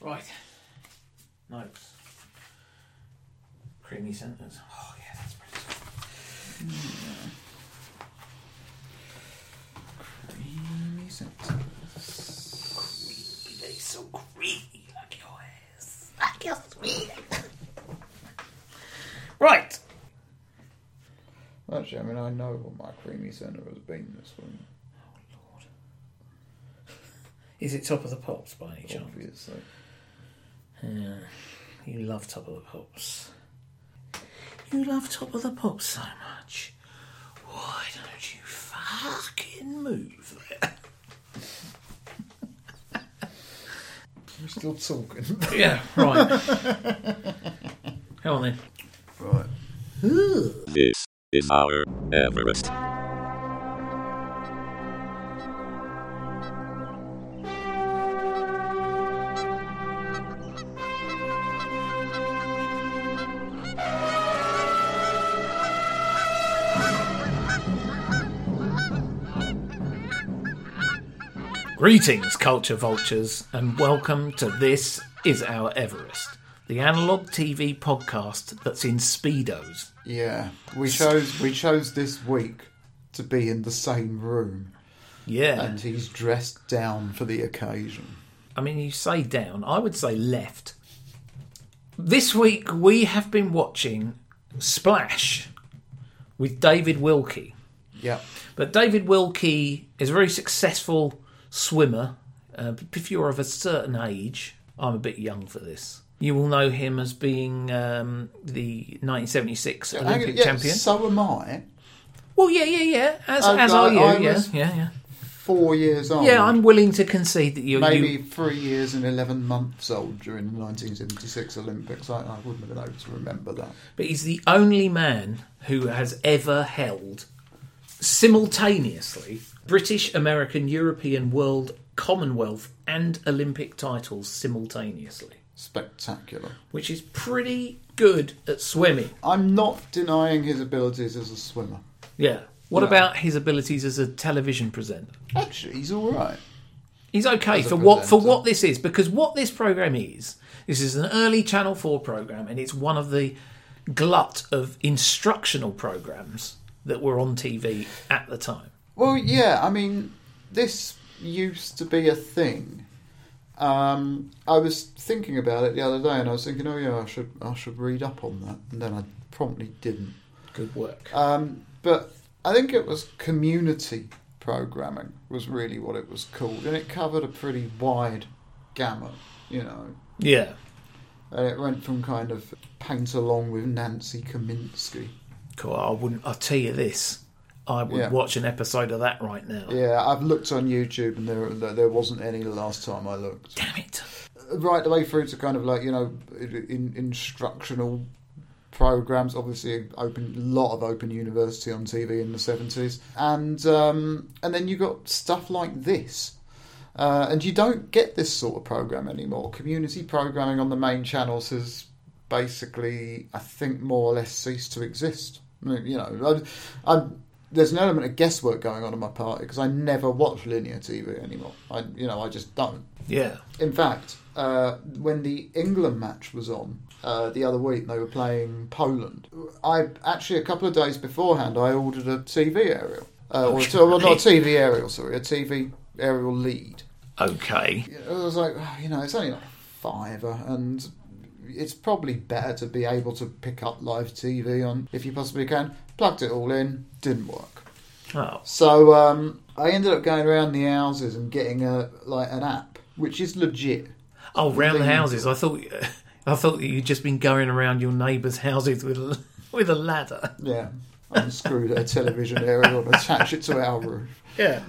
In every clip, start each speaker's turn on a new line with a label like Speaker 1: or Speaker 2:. Speaker 1: Right. Notes. Creamy sentence. Oh yeah, that's pretty. good.
Speaker 2: Creamy sentence.
Speaker 1: They so creamy like yours, like your sweet. right.
Speaker 2: Actually, I mean, I know what my creamy centre has been this one,
Speaker 1: Is it top of the pops by any chance?
Speaker 2: obviously.
Speaker 1: Yeah. You love Top of the Pops. You love Top of the Pops so much. Why don't you fucking move there?
Speaker 2: We're still talking.
Speaker 1: Yeah, right. Come on then.
Speaker 2: right.
Speaker 3: This is our Everest.
Speaker 1: Greetings, culture vultures, and welcome to This Is Our Everest, the analogue TV podcast that's in Speedos.
Speaker 2: Yeah, we chose we chose this week to be in the same room,
Speaker 1: Yeah.
Speaker 2: and he's dressed down for the occasion.
Speaker 1: I mean, you say down, I would say left. This week we have been watching Splash with David Wilkie.
Speaker 2: Yep.
Speaker 1: But David Wilkie is a very successful swimmer. Uh, if you're of a certain age, I'm a bit young for this. You will know him as being um, the 1976 Olympic
Speaker 2: yeah,
Speaker 1: champion.
Speaker 2: So am I.
Speaker 1: Well, yeah, yeah, yeah. As,
Speaker 2: Oh,
Speaker 1: as
Speaker 2: no,
Speaker 1: are you.
Speaker 2: I
Speaker 1: yeah,
Speaker 2: was-
Speaker 1: yeah, yeah.
Speaker 2: Four years old.
Speaker 1: Yeah, I'm willing to concede that you.
Speaker 2: maybe
Speaker 1: you
Speaker 2: three years and eleven months old during the 1976 Olympics. I, I wouldn't have been able to remember that.
Speaker 1: but he's the only man who has ever held simultaneously British, American, European, World, Commonwealth, and Olympic titles simultaneously.
Speaker 2: Spectacular.
Speaker 1: which is pretty good at swimming.
Speaker 2: I'm not denying his abilities as a swimmer.
Speaker 1: Yeah. What
Speaker 2: No.
Speaker 1: about his abilities as a television presenter?
Speaker 2: Actually, he's all right.
Speaker 1: He's okay
Speaker 2: a
Speaker 1: for what for
Speaker 2: presenter.
Speaker 1: what this is because what this program is. This is an early Channel Four program, and it's one of the glut of instructional programs that were on TV at the time.
Speaker 2: Well, yeah, I mean, this used to be a thing. Um, I was thinking about it the other day, and I was thinking, oh yeah, I should I should read up on that, and then I promptly didn't.
Speaker 1: Good work.
Speaker 2: Um, but I think it was community programming was really what it was called, and it covered a pretty wide gamut, you know.
Speaker 1: yeah.
Speaker 2: And it went from kind of paint along with Nancy Kaminsky.
Speaker 1: Cool. I wouldn't. I'll tell you this. I would
Speaker 2: Yeah.
Speaker 1: watch an episode of that right now.
Speaker 2: Yeah, I've looked on YouTube, and there there wasn't any the last time I looked.
Speaker 1: Damn it.
Speaker 2: right the way through to kind of like you know in, instructional programs obviously open a lot of open university on tv in the 70s and um, and then you got stuff like this uh, and you don't get this sort of program anymore community programming on the main channels has basically i think more or less ceased to exist I mean, you know I, I, there's an element of guesswork going on on my part because i never watch linear tv anymore i you know i just don't
Speaker 1: Yeah.
Speaker 2: in fact, uh, when the England match was on uh, the other week, and they were playing Poland. I actually a couple of days beforehand, I ordered a TV aerial, uh, or
Speaker 1: Okay.
Speaker 2: well, not a TV aerial, sorry, a TV aerial lead.
Speaker 1: Okay.
Speaker 2: I was like, "Oh, you know, it's only like fiver, and it's probably better to be able to pick up live TV on if you possibly can. Plugged it all in, didn't work.
Speaker 1: Oh.
Speaker 2: So um, I ended up going around the houses and getting a like an app, which is legit.
Speaker 1: Oh, round the
Speaker 2: Thing.
Speaker 1: houses. I thought I thought that you'd just been going around your neighbours' houses with a, with a ladder.
Speaker 2: Yeah. Unscrew their television aerial and attach it to our roof.
Speaker 1: Yeah.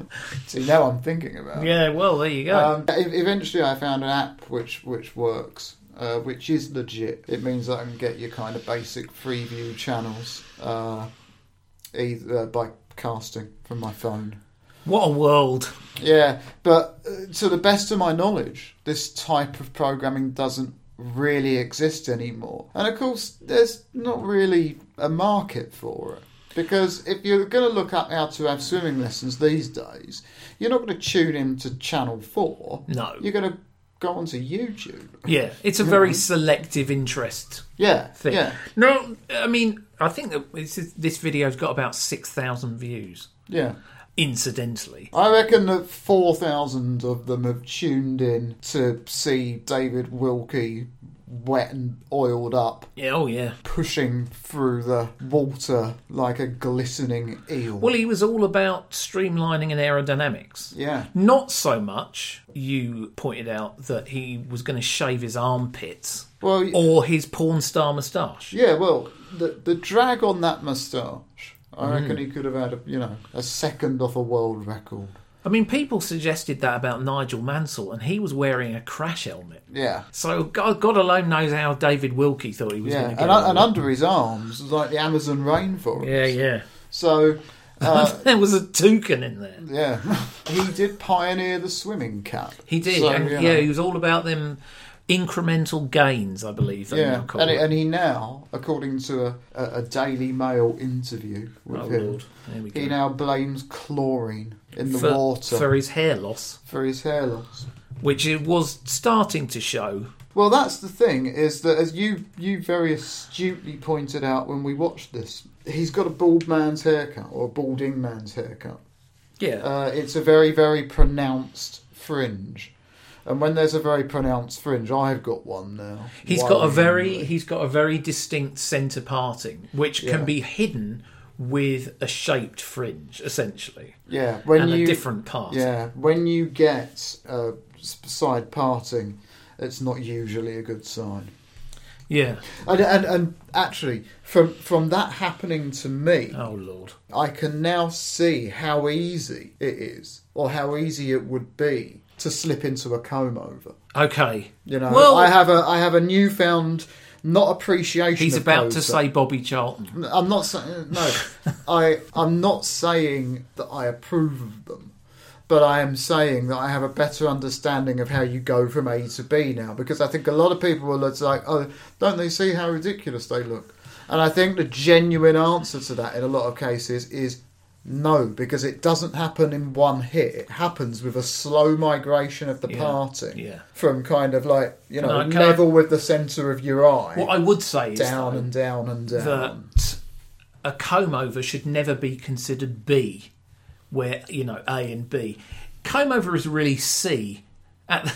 Speaker 2: See, now I'm thinking about it.
Speaker 1: Yeah. Well, there you go.
Speaker 2: Um, e- eventually, I found an app which which works, uh, which is legit. It means that I can get your kind of basic Freeview channels uh, either uh, by casting from my phone.
Speaker 1: what a world.
Speaker 2: Yeah, but uh, to the best of my knowledge, this type of programming doesn't really exist anymore. And of course, there's not really a market for it. Because if you're going to look up how to have swimming lessons these days, you're not going to tune in to Channel 4.
Speaker 1: No.
Speaker 2: You're going to go onto YouTube.
Speaker 1: Yeah, it's a very selective interest
Speaker 2: Yeah,
Speaker 1: thing.
Speaker 2: yeah,
Speaker 1: No, I mean, I think that this, is- this video's got about 6,000 views,
Speaker 2: yeah.
Speaker 1: incidentally.
Speaker 2: I reckon that 4,000 of them have tuned in to see David Wilkie wet and oiled up,
Speaker 1: Yeah, oh, yeah.
Speaker 2: pushing through the water like a glistening eel.
Speaker 1: Well, he was all about streamlining and aerodynamics.
Speaker 2: yeah.
Speaker 1: Not so much, you pointed out, that he was going to shave his armpits
Speaker 2: Well, y-
Speaker 1: or his porn star moustache.
Speaker 2: yeah, well, the, the drag on that moustache,
Speaker 1: Mm.
Speaker 2: I reckon he could have had, a, you know, a second off a world record.
Speaker 1: I mean, people suggested that about Nigel Mansell, and he was wearing a crash helmet.
Speaker 2: Yeah.
Speaker 1: So God, God alone knows how David Wilkie thought he was
Speaker 2: Yeah,
Speaker 1: going to get
Speaker 2: and, un- and
Speaker 1: away.
Speaker 2: under his arms was like the Amazon rainforest.
Speaker 1: Yeah, yeah.
Speaker 2: So, uh,
Speaker 1: there was a toucan in there.
Speaker 2: yeah, he did pioneer the swimming cap.
Speaker 1: He did,
Speaker 2: So,
Speaker 1: and
Speaker 2: you know.
Speaker 1: yeah, he was all about them incremental gains, I believe. They now
Speaker 2: Yeah,
Speaker 1: call
Speaker 2: and,
Speaker 1: it.
Speaker 2: and he now, according to a, a, a Daily Mail interview with
Speaker 1: oh
Speaker 2: him,
Speaker 1: Lord, there we go.
Speaker 2: he now blames chlorine in the
Speaker 1: for,
Speaker 2: water
Speaker 1: for
Speaker 2: for,
Speaker 1: his hair loss,
Speaker 2: his hair loss.
Speaker 1: which it was starting to show.
Speaker 2: Well, that's the thing is that as you you very astutely pointed out when we watched this, he's got a bald man's haircut or a balding man's haircut.
Speaker 1: Yeah,
Speaker 2: Uh, it's a very very pronounced fringe. And when there's a very pronounced fringe, I've got one now.
Speaker 1: he's
Speaker 2: He's
Speaker 1: got a very he's got a very distinct centre parting, which
Speaker 2: Yeah.
Speaker 1: can be hidden with a shaped fringe, essentially,
Speaker 2: yeah. When
Speaker 1: and
Speaker 2: you
Speaker 1: a different part.
Speaker 2: Yeah, when you get uh, s- side parting, it's not usually a good sign.
Speaker 1: yeah.
Speaker 2: And, and, and actually, from from that happening to me,
Speaker 1: Oh Lord.
Speaker 2: I can now see how easy it is, or how easy it would be to slip into a comb over.
Speaker 1: Okay.
Speaker 2: You know,
Speaker 1: Well-
Speaker 2: I have a I have a newfound not appreciation.
Speaker 1: He's
Speaker 2: of
Speaker 1: about to
Speaker 2: those-
Speaker 1: say Bobby Charlton.
Speaker 2: I'm not saying no. I I'm not saying that I approve of them, but I am saying that I have a better understanding of how you go from A to B now because I think a lot of people will look like, oh, don't they see how ridiculous they look? And I think the genuine answer to that in a lot of cases is no, because it doesn't happen in one hit. It happens with a slow migration of the
Speaker 1: Yeah,
Speaker 2: parting
Speaker 1: yeah.
Speaker 2: from kind of like you know
Speaker 1: No, can I-
Speaker 2: level with the center of your eye.
Speaker 1: What I would say is
Speaker 2: down
Speaker 1: though,
Speaker 2: and down and down.
Speaker 1: that a comb over should never be considered B, where you know A and B. Comb over is really C at the,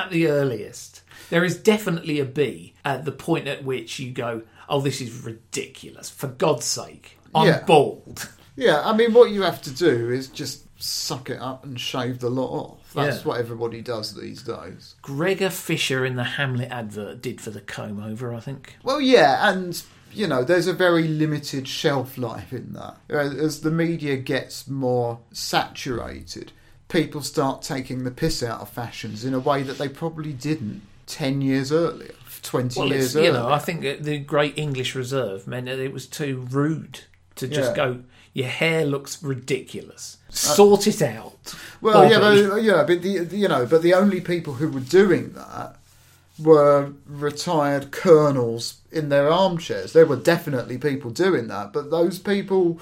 Speaker 1: at the earliest. There is definitely a B at the point at which you go, "Oh, this is ridiculous! For God's sake, I'm
Speaker 2: Yeah.
Speaker 1: bald."
Speaker 2: Yeah, I mean, what you have to do is just suck it up and shave the lot off. That's
Speaker 1: Yeah.
Speaker 2: what everybody does these days.
Speaker 1: Gregor Fisher in the Hamlet advert did for the comb over, I think.
Speaker 2: Well, yeah, and you know, there's a very limited shelf life in that. Uh, As the media gets more saturated, people start taking the piss out of fashions in a way that they probably didn't ten years earlier, twenty
Speaker 1: Well, it's,
Speaker 2: years
Speaker 1: you
Speaker 2: earlier.
Speaker 1: know, I think that the Great English Reserve meant that it was too rude to just
Speaker 2: Yeah. Uh,
Speaker 1: go. Your hair looks ridiculous. Sort it out.
Speaker 2: Well, yeah,
Speaker 1: Bobby."
Speaker 2: but, yeah, but the, the- you know, but the only people who were doing that were retired colonels in their armchairs. There were definitely people doing that, but those people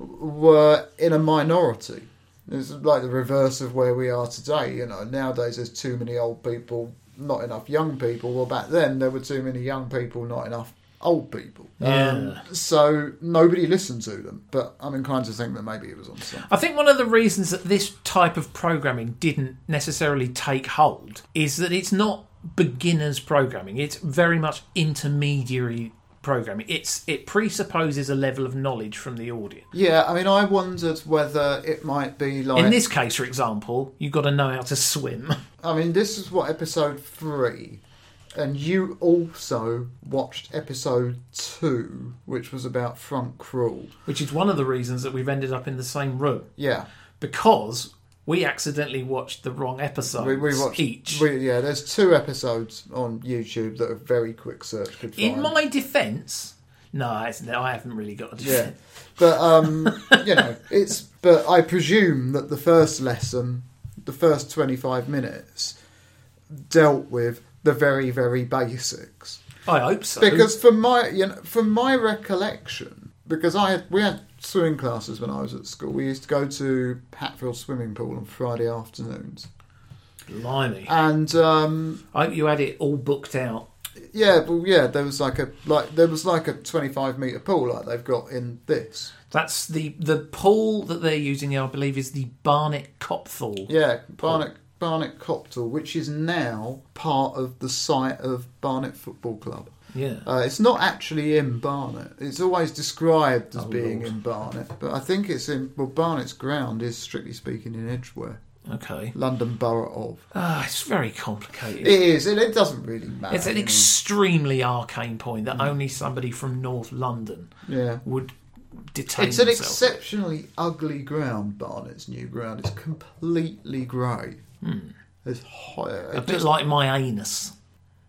Speaker 2: were in a minority. It's like the reverse of where we are today. You know, nowadays there's too many old people, not enough young people. Well, back then there were too many young people, not enough old people. Um,
Speaker 1: Yeah.
Speaker 2: so nobody listened to them. But I'm inclined to think that maybe it was on some.
Speaker 1: I think one of the reasons that this type of programming didn't necessarily take hold is that it's not beginners programming. It's very much intermediary programming. It's it presupposes a level of knowledge from the audience.
Speaker 2: Yeah, I mean, I wondered whether it might be like.
Speaker 1: In this case, for example, you've got to know how to swim.
Speaker 2: I mean, this is what episode three, and you also watched episode two, which was about Frank Krull.
Speaker 1: which is one of the reasons that we've ended up in the same room
Speaker 2: Yeah,
Speaker 1: because we accidentally watched the wrong episodes
Speaker 2: we, we watched
Speaker 1: each.
Speaker 2: We, yeah, there's two episodes on YouTube that a very quick search could find.
Speaker 1: In my defence, no, it's, no, I haven't really got a
Speaker 2: yeah,
Speaker 1: defence.
Speaker 2: but um, you know, it's. But I presume that the first lesson, the first twenty-five minutes, dealt with the very, very basics.
Speaker 1: I hope so.
Speaker 2: because from my you know from my recollection because i had, we had swimming classes when i was at school we used to go to hatfield swimming pool on friday afternoons
Speaker 1: Blimey.
Speaker 2: and um,
Speaker 1: I hope you had it all booked out.
Speaker 2: yeah, well, yeah, there was like a like there was like a twenty-five meter pool like they've got in this.
Speaker 1: That's the the pool that they're using, I believe, is the Barnet Copthall.
Speaker 2: Yeah, Barnet Barnet Coptal, which is now part of the site of Barnet Football Club.
Speaker 1: Yeah.
Speaker 2: Uh, it's not actually in Barnet. It's always described as
Speaker 1: Oh,
Speaker 2: being
Speaker 1: Lord.
Speaker 2: in Barnet, but I think it's in. Well, Barnet's ground is strictly speaking in Edgware,
Speaker 1: Okay.
Speaker 2: London Borough of.
Speaker 1: Ah, it's very complicated.
Speaker 2: It is. It, it doesn't really matter.
Speaker 1: it's an
Speaker 2: you know.
Speaker 1: extremely arcane point that only somebody from North London
Speaker 2: Mm. yeah.
Speaker 1: would detain
Speaker 2: It's an
Speaker 1: themselves.
Speaker 2: exceptionally ugly ground, Barnet's new ground. It's completely grey.
Speaker 1: Hmm.
Speaker 2: It's hot.
Speaker 1: a bit like my anus.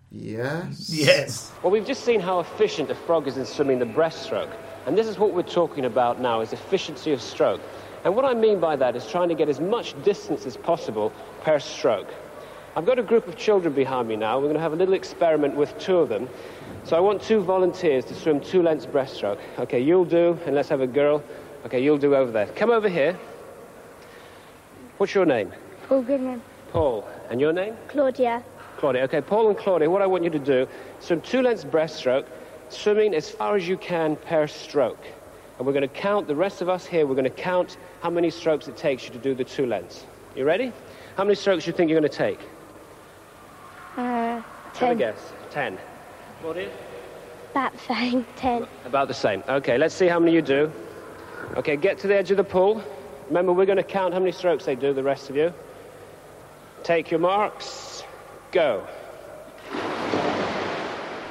Speaker 2: Yes.
Speaker 1: Yes.
Speaker 4: Well, we've just seen how efficient a frog is in swimming the breaststroke, and this is what we're talking about now: is efficiency of stroke. And what I mean by that is trying to get as much distance as possible per stroke. I've got a group of children behind me now. We're going to have a little experiment with two of them. So I want two volunteers to swim two lengths breaststroke. Okay, you'll do, and let's have a girl. Okay, you'll do over there. Come over here. What's your name?
Speaker 5: Paul Goodman,
Speaker 4: Paul. And your name?
Speaker 5: Claudia,
Speaker 4: Claudia. Okay, Paul and Claudia, what I want you to do, swim two lengths breaststroke, swimming as far as you can per stroke. And we're going to count, the rest of us here, we're going to count how many strokes it takes you to do the two lengths. You ready? How many strokes do you think you're going to take?
Speaker 5: uh,
Speaker 4: Have a
Speaker 5: 10,
Speaker 4: guess. Ten. Claudia?
Speaker 5: bat thing, 10.
Speaker 4: About the same. Okay, let's see how many you do. Okay, get to the edge of the pool. Remember, we're going to count how many strokes they do, the rest of you. Take your marks. Go.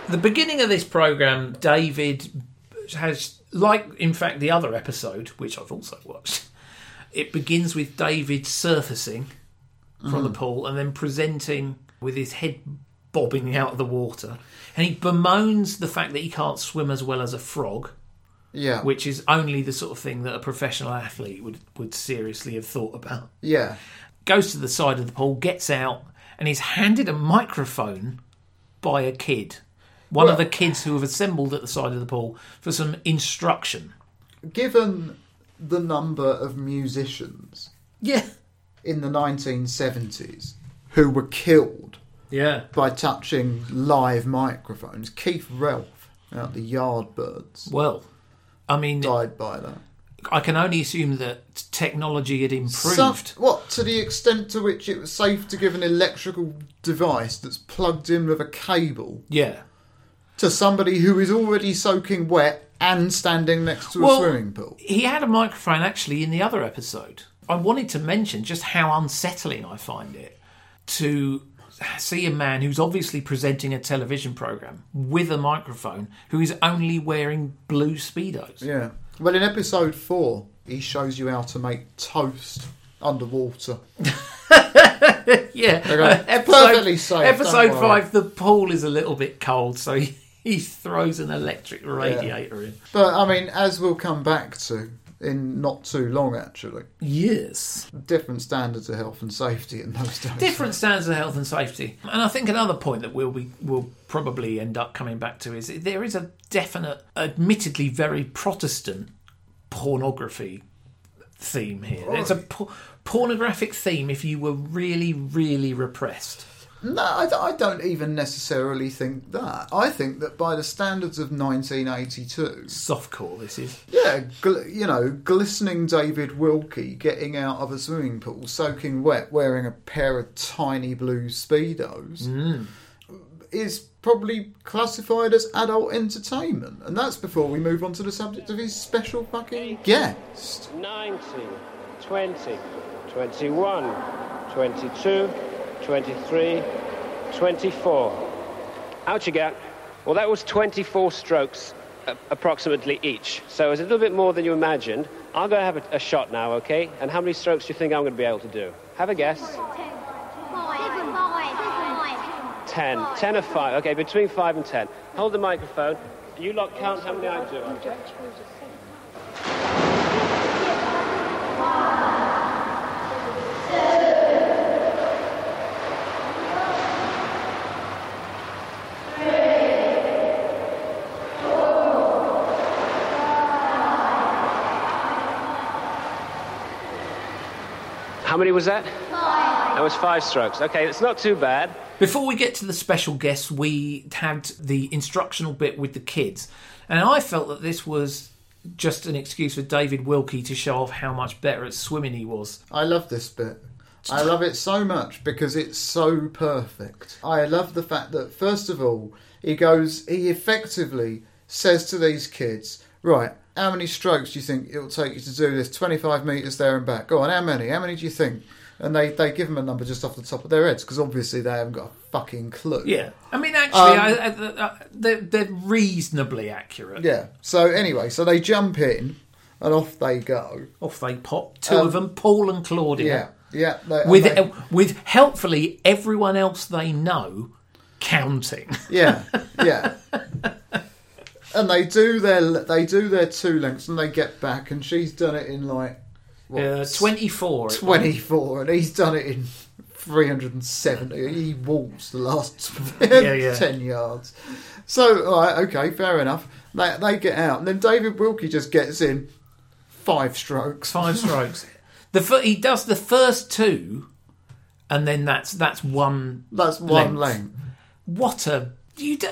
Speaker 1: The beginning of this program, David has, like in fact the other episode, which I've also watched, it begins with David surfacing from the pool and then presenting with his head bobbing out of the water. And he bemoans the fact that he can't swim as well as a frog,
Speaker 2: Yeah.
Speaker 1: which is only the sort of thing that a professional athlete would, would seriously have thought about.
Speaker 2: yeah.
Speaker 1: Goes to the side of the pool, gets out, and is handed a microphone by a kid. One of the kids who have assembled at the side of the pool for some instruction.
Speaker 2: Given the number of musicians
Speaker 1: Yeah.
Speaker 2: in the 1970s who were killed
Speaker 1: Yeah.
Speaker 2: by touching live microphones, Keith Ralph out the Yardbirds
Speaker 1: Well, I mean,
Speaker 2: died by that.
Speaker 1: I can only assume that technology had improved.
Speaker 2: Some- what to the extent to which it was safe to give an electrical device that's plugged in with a cable
Speaker 1: yeah.
Speaker 2: to somebody who is already soaking wet and standing next to
Speaker 1: Well-
Speaker 2: a swimming pool.
Speaker 1: He had a microphone actually in the other episode. I wanted to mention just how unsettling I find it to see a man who's obviously presenting a television program with a microphone who is only wearing blue speedos.
Speaker 2: Yeah. Well, in episode four, he shows you how to make toast underwater.
Speaker 1: Yeah. Uh,
Speaker 2: Okay. Perfectly safe, don't
Speaker 1: Episode
Speaker 2: worry.
Speaker 1: five, the pool is a little bit cold, so he, he throws an electric radiator in.
Speaker 2: But I mean, as we'll come back to in not too long, actually,
Speaker 1: Yes.
Speaker 2: different standards of health and safety in those days.
Speaker 1: different standards of health and safety. And I think another point that we'll be, we'll probably end up coming back to is there is a definite, admittedly very Protestant pornography theme here. There's a por- pornographic theme if you were really, really repressed.
Speaker 2: No, I, don't- I don't even necessarily think that. I think that by the standards of 1982,
Speaker 1: Softcore, this is.
Speaker 2: yeah, gl- you know, glistening David Wilkie getting out of a swimming pool, soaking wet, wearing a pair of tiny blue speedos, is probably classified as adult entertainment. And that's before we move on to the subject of his special fucking guest.
Speaker 4: 19, 20, 21, 22, 23, 24. Out you go. Well, that was 24 strokes uh, approximately each. So it's a little bit more than you imagined. I'll go have a, a shot now, okay? And how many strokes do you think I'm going to be able to do? Have a guess. 10. 10 or 5. Okay, between 5 and 10. Hold the microphone. You lot count how many I do, okay? How many was that? Five. That was five strokes. Okay, it's not too bad.
Speaker 1: Before we get to the special guests, we had the instructional bit with the kids, and I felt that this was just an excuse for David Wilkie to show off how much better at swimming he was.
Speaker 2: I love this bit. I love it so much because it's so perfect. I love the fact that, first of all, he goes, he effectively says to these kids, right, how many strokes do you think it'll take you to do this 25 metres there and back? Go on, how many? How many do you think? And they, they give them a number just off the top of their heads because obviously they haven't got a fucking clue.
Speaker 1: Yeah, I mean, actually,
Speaker 2: Um,
Speaker 1: I, I, I, they're, they're reasonably accurate.
Speaker 2: Yeah. So, anyway, so they jump in and off they go.
Speaker 1: Off they pop, two of them, Paul and Claudia.
Speaker 2: Um, Yeah. Yeah. they- and
Speaker 1: with
Speaker 2: they-
Speaker 1: uh, with helpfully everyone else they know counting.
Speaker 2: Yeah, yeah. and they do their they do their two lengths, and they get back, and she's done it in like what,
Speaker 1: Uh, Twenty four.
Speaker 2: twenty four, and he's done it in three hundred and seventy. He walks the last
Speaker 1: yeah.
Speaker 2: ten yards. So, all right, okay, fair enough. They they get out, and then David Wilkie just gets in five strokes.
Speaker 1: Five strokes. The fir- he does the first two, and then that's that's one.
Speaker 2: That's one
Speaker 1: Length.
Speaker 2: length.
Speaker 1: What a you. Do,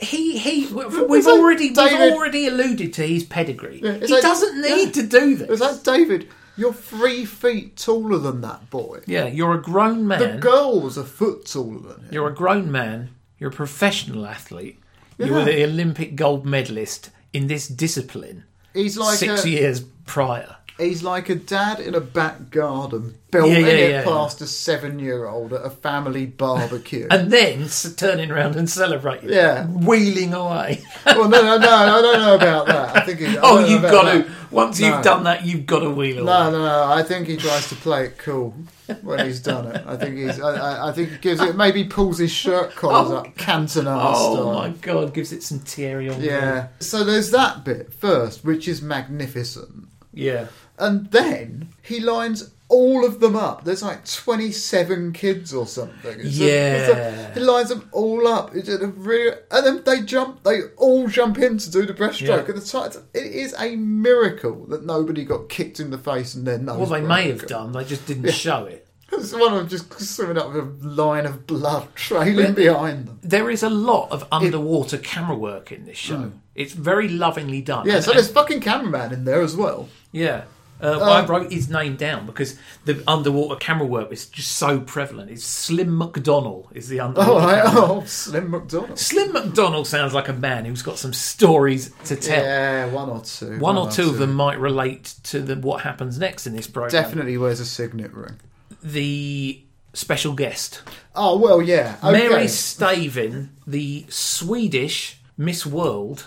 Speaker 1: he he. We've
Speaker 2: that
Speaker 1: already
Speaker 2: David-
Speaker 1: we've already alluded to his pedigree.
Speaker 2: it's
Speaker 1: he
Speaker 2: like-
Speaker 1: doesn't need to do this.
Speaker 2: Is that David? You're three feet taller than that boy.
Speaker 1: yeah, you're a grown man.
Speaker 2: The girl was a foot taller than him.
Speaker 1: You're a grown man. You're a professional athlete. You were the Olympic gold medalist in this discipline
Speaker 2: He's like
Speaker 1: six
Speaker 2: a,
Speaker 1: years prior.
Speaker 2: He's like a dad in a back garden, belting
Speaker 1: Yeah, yeah,
Speaker 2: it
Speaker 1: yeah,
Speaker 2: past a seven-year-old at a family barbecue.
Speaker 1: And then s- turning around and celebrating.
Speaker 2: Yeah.
Speaker 1: Wheeling away.
Speaker 2: well, no, no, no, I don't know about that. I think. He, I
Speaker 1: Oh,
Speaker 2: don't know
Speaker 1: you've
Speaker 2: about
Speaker 1: got to.
Speaker 2: that.
Speaker 1: Once
Speaker 2: No.
Speaker 1: you've done that, you've got to wheel away.
Speaker 2: No, no, no. I think he tries to play it cool when he's done it. I think he's. I, I, I think he gives it. Maybe pulls his shirt collars
Speaker 1: Oh.
Speaker 2: up, Cantona
Speaker 1: oh,
Speaker 2: style.
Speaker 1: my God. Gives it some Thierry on
Speaker 2: Yeah. So there's that bit first, which is magnificent.
Speaker 1: Yeah.
Speaker 2: And then he lines all of them up. There's like 27 kids or something. It's a- it's a-
Speaker 1: Yeah.
Speaker 2: he lines them all up. It's a real, and then they jump, they all jump in to do the breaststroke.
Speaker 1: Yeah.
Speaker 2: And the tight, it is a miracle that nobody got kicked in the face and their nose.
Speaker 1: Well, they
Speaker 2: broke.
Speaker 1: may have done. They just didn't show it.
Speaker 2: It's one of them just swimming up with a line of blood trailing behind them.
Speaker 1: There is a lot of underwater camera work in this show. It's very lovingly done.
Speaker 2: Mm. Yeah,
Speaker 1: And-
Speaker 2: so
Speaker 1: and-
Speaker 2: there's fucking cameraman in there as well.
Speaker 1: Yeah.
Speaker 2: Um,
Speaker 1: Uh, well, I wrote his name down because the underwater camera work is just so prevalent. It's Slim McDonnell is the underwater.
Speaker 2: Oh, I,
Speaker 1: camera.
Speaker 2: oh Slim McDonald.
Speaker 1: Slim McDonnell sounds like a man who's got some stories to tell.
Speaker 2: Yeah, Oh, one or two.
Speaker 1: One or two of them might relate to the, what happens next in this program.
Speaker 2: Definitely wears a signet ring.
Speaker 1: The special guest,
Speaker 2: Oh well, yeah. Okay.
Speaker 1: Mary Stavin, the Swedish Miss World,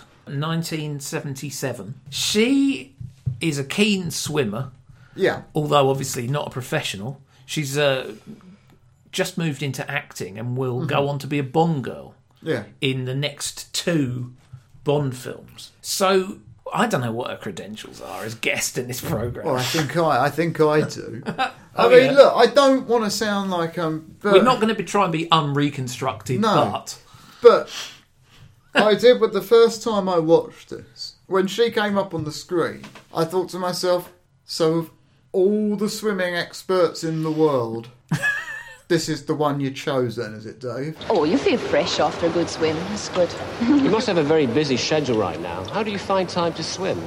Speaker 1: 1977. She is a keen swimmer.
Speaker 2: Yeah,
Speaker 1: although obviously not a professional, she's uh, just moved into acting and will
Speaker 2: Mm-hmm.
Speaker 1: go on to be a Bond girl
Speaker 2: yeah.
Speaker 1: in the next two Bond films. So I don't know what her credentials are as guest in this program.
Speaker 2: Well, I think I, I think I do. I
Speaker 1: Oh,
Speaker 2: mean,
Speaker 1: yeah.
Speaker 2: look, I don't want to sound like I'm, but,
Speaker 1: We're not going to be try and be unreconstructed,
Speaker 2: No.
Speaker 1: but
Speaker 2: but I did. But the first time I watched this, when she came up on the screen, I thought to myself, so of all the swimming experts in the world, this is the one you chose. Then, is it, Dave?
Speaker 6: Oh, you feel fresh after a good swim. That's good.
Speaker 4: You must have a very busy schedule right now. How do you find time to swim?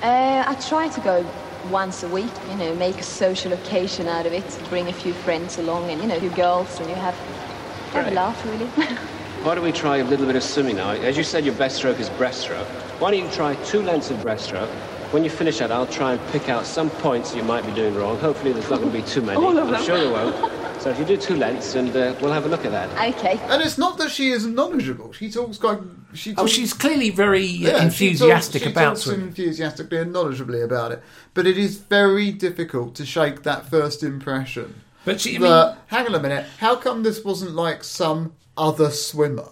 Speaker 6: Uh, I try to go once a week, you know, make a social occasion out of it, bring a few friends along and, you know, you girls and you have, have a
Speaker 4: Right.
Speaker 6: laugh, really.
Speaker 4: Why don't we try a little bit of swimming now? As you said, your best stroke is breaststroke. Why don't you try two lengths of breaststroke? When you finish that, I'll try and pick out some points you might be doing wrong. Hopefully, there's not going to be too many.
Speaker 6: All of
Speaker 4: I'm
Speaker 6: them.
Speaker 4: sure there won't. So if you do two lengths, and uh, we'll have a look at that.
Speaker 6: okay.
Speaker 2: And it's not that she is knowledgeable. She talks quite. She
Speaker 1: oh,
Speaker 2: talks
Speaker 1: she's clearly very uh,
Speaker 2: Yeah, she
Speaker 1: enthusiastic
Speaker 2: talks- she
Speaker 1: about
Speaker 2: talks
Speaker 1: swimming.
Speaker 2: enthusiastically and knowledgeably about it, but it is very difficult to shake that first impression.
Speaker 1: But she, I mean,
Speaker 2: But hang on a minute, how come this wasn't like some other swimmer?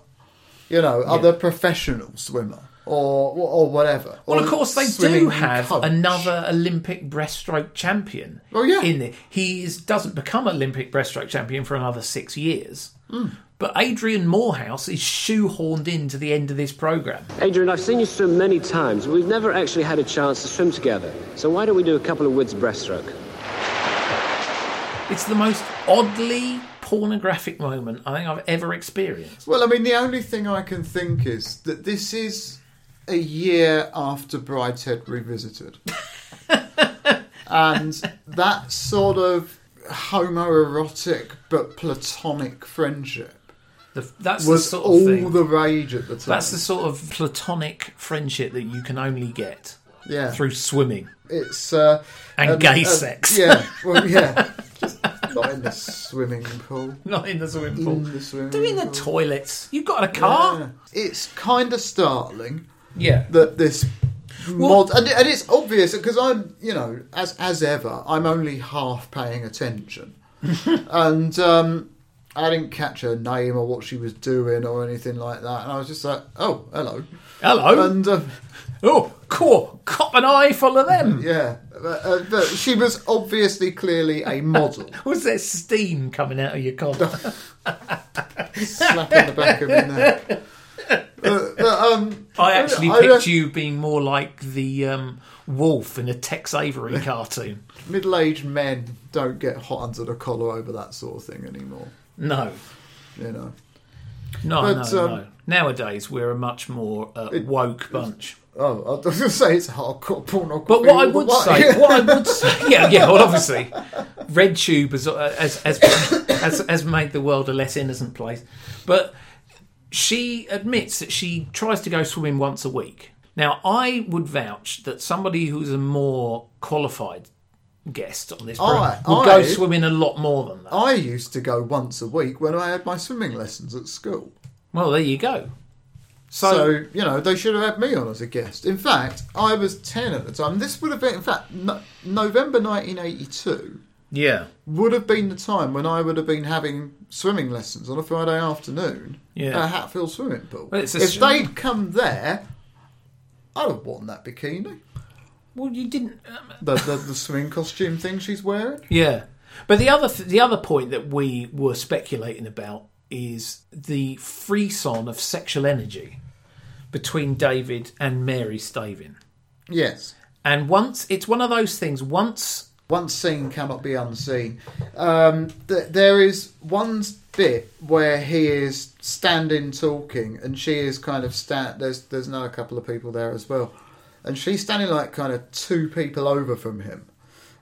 Speaker 2: You know, other professional swimmer or or whatever.
Speaker 1: Well,
Speaker 2: or
Speaker 1: of course, they do
Speaker 2: swimming
Speaker 1: have
Speaker 2: coach.
Speaker 1: another Olympic breaststroke champion.
Speaker 2: Oh, yeah.
Speaker 1: in there. he is, doesn't become Olympic breaststroke champion for another six years.
Speaker 2: Hmm.
Speaker 1: But Adrian Morehouse is shoehorned into the end of this program.
Speaker 4: Adrian, I've seen you swim many times. We've never actually had a chance to swim together. So why don't we do a couple of woods breaststroke?
Speaker 1: It's the most oddly pornographic moment I think I've ever experienced.
Speaker 2: Well, I mean, the only thing I can think is that this is a year after Brideshead Revisited. and that sort of homoerotic but platonic friendship
Speaker 1: The, that's the
Speaker 2: was
Speaker 1: sort
Speaker 2: all
Speaker 1: of thing.
Speaker 2: the rage at the time.
Speaker 1: that's the sort of platonic friendship that you can only get
Speaker 2: yeah.
Speaker 1: through swimming.
Speaker 2: It's uh,
Speaker 1: And gay sex.
Speaker 2: Yeah, well, yeah. Just not in the swimming pool.
Speaker 1: Not in the swimming pool.
Speaker 2: In the swimming
Speaker 1: Doing the
Speaker 2: pool.
Speaker 1: toilets. You've got a
Speaker 2: Yeah.
Speaker 1: car.
Speaker 2: It's kind of startling
Speaker 1: Yeah.
Speaker 2: that this mod and, and it's obvious because I'm you know as as ever I'm only half paying attention and um, I didn't catch her name or what she was doing or anything like that and I was just like oh hello
Speaker 1: Hello.
Speaker 2: and um,
Speaker 1: oh, cool. Cop an eye full of them.
Speaker 2: yeah but, uh, but she was obviously clearly a model
Speaker 1: Was there steam coming out of your collar?
Speaker 2: slap on the back of her neck. But, but, um,
Speaker 1: I actually
Speaker 2: I- I-
Speaker 1: picked you being more like the um, wolf in a Tex Avery cartoon.
Speaker 2: middle-aged men don't get hot under the collar over that sort of thing anymore.
Speaker 1: No,
Speaker 2: You know,
Speaker 1: no,
Speaker 2: But,
Speaker 1: no,
Speaker 2: um,
Speaker 1: no. Nowadays we're a much more uh, woke bunch.
Speaker 2: Oh, I was going to say it's hardcore pornography.
Speaker 1: But what I
Speaker 2: all the
Speaker 1: would
Speaker 2: way.
Speaker 1: say, what I would say, yeah, yeah, well, obviously, RedTube has has, has has has made the world a less innocent place. But she admits that she tries to go swimming once a week. Now, I would vouch that somebody who's a more qualified guest on this program
Speaker 2: I-
Speaker 1: will
Speaker 2: I-
Speaker 1: go swimming a lot more than that.
Speaker 2: I used to go once a week when I had my swimming lessons at school.
Speaker 1: Well, there you go.
Speaker 2: So, you know, they should have had me on as a guest. In fact, I was 10 at the time. This would have been, in fact, no- November 1982
Speaker 1: Yeah,
Speaker 2: would have been the time when I would have been having swimming lessons on a Friday afternoon
Speaker 1: Yeah.
Speaker 2: at Hatfield Swimming Pool.
Speaker 1: Well, it's a
Speaker 2: if
Speaker 1: sh-
Speaker 2: they'd come there, I'd have worn that bikini.
Speaker 1: Well, you didn't. Um,
Speaker 2: The, the, the swimming costume thing she's wearing.
Speaker 1: yeah, but the other th- the other point that we were speculating about is the frisson of sexual energy between David and Mary Stavin.
Speaker 2: Yes.
Speaker 1: And once it's one of those things. Once
Speaker 2: once seen cannot be unseen. Um, th- there is one bit where he is standing talking, and she is kind of stand. There's there's another couple of people there as well, and she's standing like kind of two people over from him,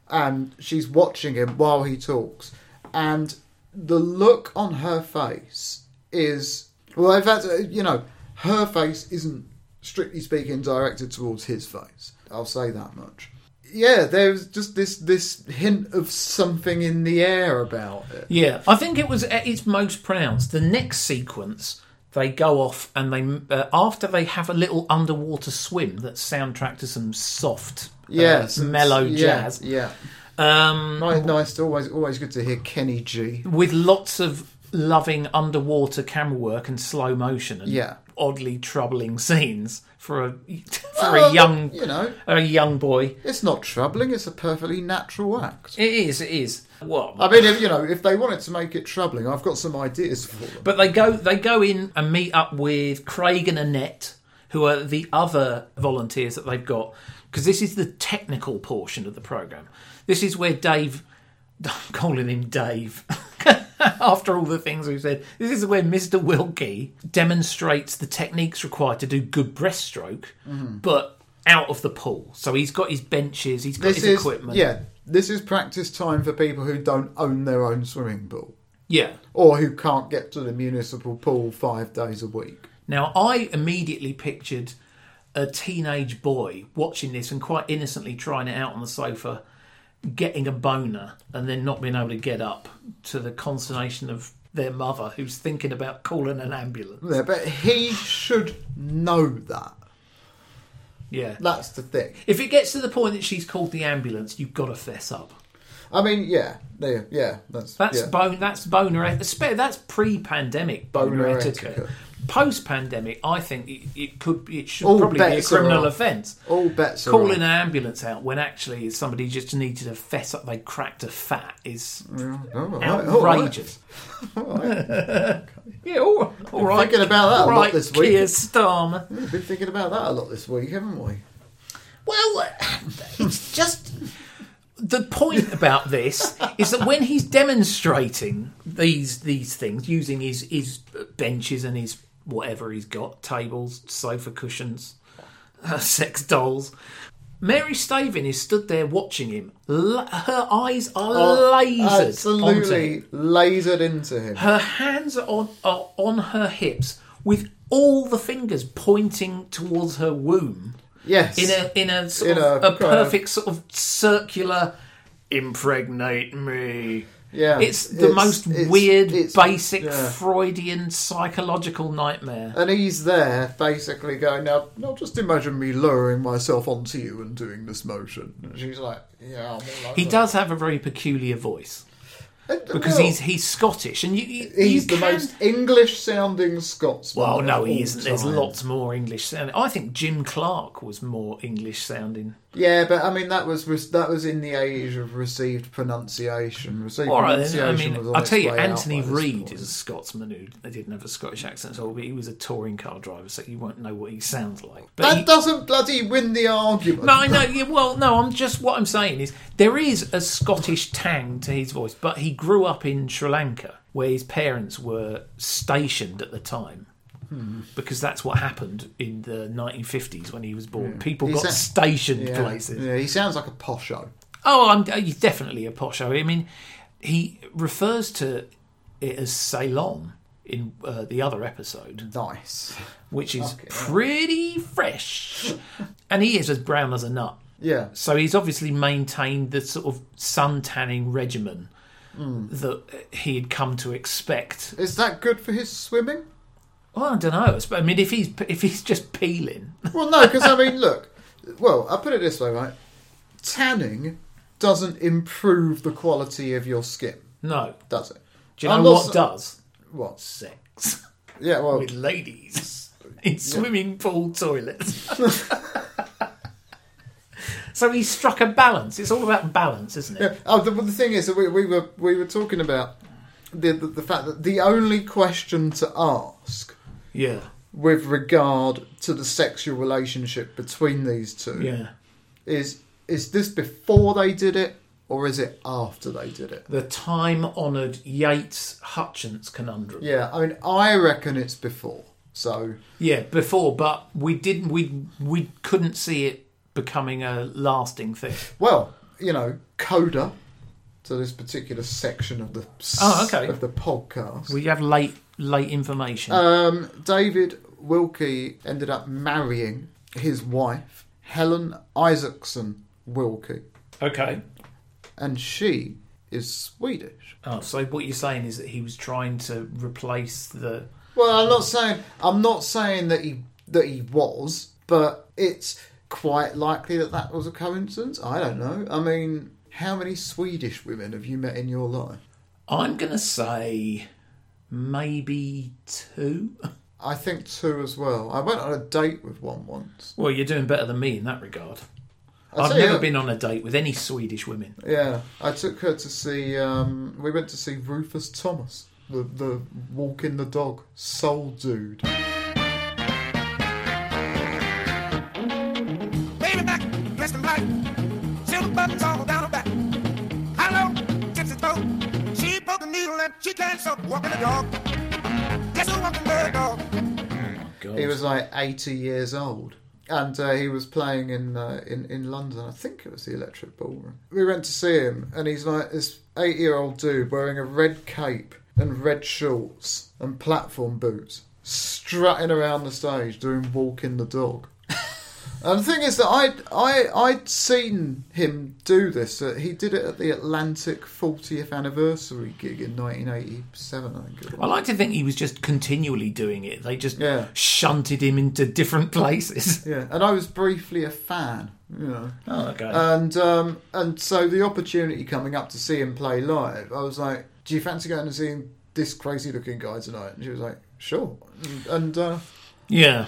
Speaker 2: and she's watching him while he talks, and the look on her face is well, in fact, uh, you know, her face isn't strictly speaking directed towards his face. I'll say that much yeah, there's just this this hint of something in the air about it.
Speaker 1: yeah, I think it was at its most pronounced. The next sequence. They go off and they uh, after they have a little underwater swim that's soundtracked to some soft, uh,
Speaker 2: Yes,
Speaker 1: mellow
Speaker 2: yeah,
Speaker 1: jazz.
Speaker 2: Yeah,
Speaker 1: Um,
Speaker 2: nice, nice. Always, always good to hear Kenny G.
Speaker 1: with lots of loving underwater camera work and slow motion and
Speaker 2: Yeah.
Speaker 1: oddly troubling scenes for a for
Speaker 2: Well,
Speaker 1: a young
Speaker 2: you know.
Speaker 1: a young boy.
Speaker 2: It's not troubling. It's a perfectly natural act.
Speaker 1: It is, it is. What?
Speaker 2: I mean, if, you know, if they wanted to make it troubling, I've got some ideas for them.
Speaker 1: but they go they go in and meet up with Craig and Annette, who are the other volunteers that they've got because this is the technical portion of the program. This is where Dave, I'm calling him Dave. After all the things we've said, this is where Mr. Wilkie demonstrates the techniques required to do good breaststroke,
Speaker 2: Mm-hmm.
Speaker 1: but out of the pool. So he's got his benches, he's got
Speaker 2: This
Speaker 1: his
Speaker 2: is
Speaker 1: equipment.
Speaker 2: yeah. This is practice time for people who don't own their own swimming pool
Speaker 1: yeah.
Speaker 2: or who can't get to the municipal pool five days a week.
Speaker 1: Now, I immediately pictured a teenage boy watching this and quite innocently trying it out on the sofa, getting a boner, and then not being able to get up to the consternation of their mother who's thinking about calling an ambulance.
Speaker 2: Yeah, but he should know that.
Speaker 1: Yeah.
Speaker 2: That's the thing.
Speaker 1: If it gets to the point that she's called the ambulance, you've got to fess up.
Speaker 2: I mean, yeah, yeah, yeah. That's
Speaker 1: That's
Speaker 2: yeah.
Speaker 1: bone. That's boner. eth- spe- That's pre-pandemic boner,
Speaker 2: Boner
Speaker 1: etiquette.
Speaker 2: etiquette.
Speaker 1: Post-pandemic, I think it, it could. It should
Speaker 2: All
Speaker 1: probably be a
Speaker 2: bets are
Speaker 1: criminal
Speaker 2: off.
Speaker 1: offence.
Speaker 2: All bets are
Speaker 1: calling
Speaker 2: off.
Speaker 1: an ambulance out when actually somebody just needed to fess up they cracked a fat is
Speaker 2: Oh, all right, all right.
Speaker 1: outrageous. Yeah, all, all right.
Speaker 2: thinking about that a
Speaker 1: all
Speaker 2: lot
Speaker 1: right,
Speaker 2: this week.
Speaker 1: Keir Starmer.
Speaker 2: We've been thinking about that a lot this week, haven't we?
Speaker 1: Well, it's just the point about this is that when he's demonstrating these these things using his his benches and his whatever he's got tables, sofa cushions, uh, sex dolls. Mary Stavin is stood there watching him. La- her eyes are lasered. onto him.
Speaker 2: Oh, Absolutely lasered into him.
Speaker 1: Her hands are on, are on her hips with all the fingers pointing towards her womb
Speaker 2: Yes.
Speaker 1: in a in a sort
Speaker 2: In
Speaker 1: of
Speaker 2: a
Speaker 1: a,
Speaker 2: kind of-
Speaker 1: perfect sort of circular impregnate me.
Speaker 2: yeah.
Speaker 1: It's the most
Speaker 2: it's-
Speaker 1: weird,
Speaker 2: it's-
Speaker 1: basic
Speaker 2: yeah.
Speaker 1: Freudian psychological nightmare.
Speaker 2: And he's there, basically going, now, now just imagine me lowering myself onto you and doing this motion. And she's like, yeah, I'm all over
Speaker 1: He
Speaker 2: it."
Speaker 1: does have a very peculiar voice
Speaker 2: And,
Speaker 1: because
Speaker 2: well,
Speaker 1: he's he's Scottish, and you, you
Speaker 2: he's
Speaker 1: you
Speaker 2: the
Speaker 1: can-
Speaker 2: most English-sounding Scotsman.
Speaker 1: Well, no,
Speaker 2: of
Speaker 1: he
Speaker 2: all
Speaker 1: isn't. There's
Speaker 2: time.
Speaker 1: lots more English sounding. I think Jim Clark was more English sounding.
Speaker 2: Yeah, but I mean that was that was in the age of received pronunciation. Received
Speaker 1: All right, then. I
Speaker 2: pronunciation was
Speaker 1: mean,
Speaker 2: on
Speaker 1: I'll
Speaker 2: its
Speaker 1: tell you,
Speaker 2: way out
Speaker 1: Anthony
Speaker 2: by this
Speaker 1: Reid
Speaker 2: point.
Speaker 1: is a Scotsman who they didn't have a Scottish accent at all, but he was a touring car driver, so you won't know what he sounds like. But
Speaker 2: That
Speaker 1: he-
Speaker 2: doesn't bloody win the argument.
Speaker 1: No, I know. Yeah, well, no, I'm just what I'm saying is there is a Scottish tang to his voice, but he grew up in Sri Lanka where his parents were stationed at the time. Because that's what happened in the 1950s when he was born. People
Speaker 2: He's
Speaker 1: got
Speaker 2: a-
Speaker 1: stationed
Speaker 2: yeah,
Speaker 1: places.
Speaker 2: Yeah, he sounds like a posho.
Speaker 1: Oh, I'm uh, he's definitely a posho. I mean, he refers to it as Ceylon in uh, the other episode,
Speaker 2: Nice.
Speaker 1: which is pretty fresh, and he is as brown as a nut.
Speaker 2: Yeah.
Speaker 1: So he's obviously maintained the sort of sun tanning regimen that he had come to expect.
Speaker 2: Is that good for his swimming?
Speaker 1: Well, I don't know. I mean, if he's if he's just peeling,
Speaker 2: Well, no, because I mean, look. Well, I put it this way, right? Tanning doesn't improve the quality of your skin,
Speaker 1: no.
Speaker 2: does it?
Speaker 1: Do you know
Speaker 2: I'm not
Speaker 1: what
Speaker 2: s-
Speaker 1: does?
Speaker 2: What?
Speaker 1: Sex
Speaker 2: Yeah. Well,
Speaker 1: with ladies in swimming pool toilets. so he struck a balance. It's all about balance, isn't it?
Speaker 2: Yeah. Oh, the, well, the thing is that we, we were we were talking about the, the the fact that the only question to ask
Speaker 1: Yeah.
Speaker 2: with regard to the sexual relationship between these two
Speaker 1: Yeah.
Speaker 2: is is this before they did it or is it after they did it?
Speaker 1: The time honoured Yates Hutchins conundrum.
Speaker 2: Yeah, I mean, I reckon it's before. So
Speaker 1: Yeah, before, but we didn't. We we couldn't see it becoming a lasting thing.
Speaker 2: Well, you know, coda to this particular section of the
Speaker 1: Oh, okay.
Speaker 2: of the podcast.
Speaker 1: We have late late information.
Speaker 2: um, David Wilkie ended up marrying his wife Helen Isaacson Wilkie,
Speaker 1: okay.
Speaker 2: and she is Swedish.
Speaker 1: Oh, so what you're saying is that he was trying to replace the.
Speaker 2: Well, I'm not saying I'm not saying that he that he was, but it's quite likely that that was a coincidence. I don't know. I mean, how many Swedish women have you met in your life?
Speaker 1: I'm gonna say maybe two.
Speaker 2: I think two as well. I went on a date with one once.
Speaker 1: Well, you're doing better than me in that regard.
Speaker 2: I
Speaker 1: I've
Speaker 2: tell you
Speaker 1: never
Speaker 2: what-
Speaker 1: been on a date with any Swedish women.
Speaker 2: Yeah, I took her to see. Um, we went to see Rufus Thomas, the the walking the dog soul dude.
Speaker 7: Baby back, dressed in black. Silver buttons all down her back. Hello, gypsy boat. She poked a needle and she can't stop walking the dog. Guess who walking the dog?
Speaker 1: God.
Speaker 2: He was like eighty years old, and uh, he was playing in uh, in in London. I think it was the Electric Ballroom. We went to see him, and he's like this eight year old dude wearing a red cape and red shorts and platform boots, strutting around the stage doing walking the dog. And the thing is that I I I'd seen him do this. Uh, he did it at the Atlantic 40th anniversary gig in 1987, I think. It was.
Speaker 1: I like to think he was just continually doing it. They just
Speaker 2: Yeah.
Speaker 1: shunted him into different places.
Speaker 2: Yeah, and I was briefly a fan. You know.
Speaker 1: Oh, okay.
Speaker 2: And um, and so the opportunity coming up to see him play live, I was like, "Do you fancy going and seeing this crazy looking guy tonight?" And she was like, "Sure." And, and uh,
Speaker 1: Yeah.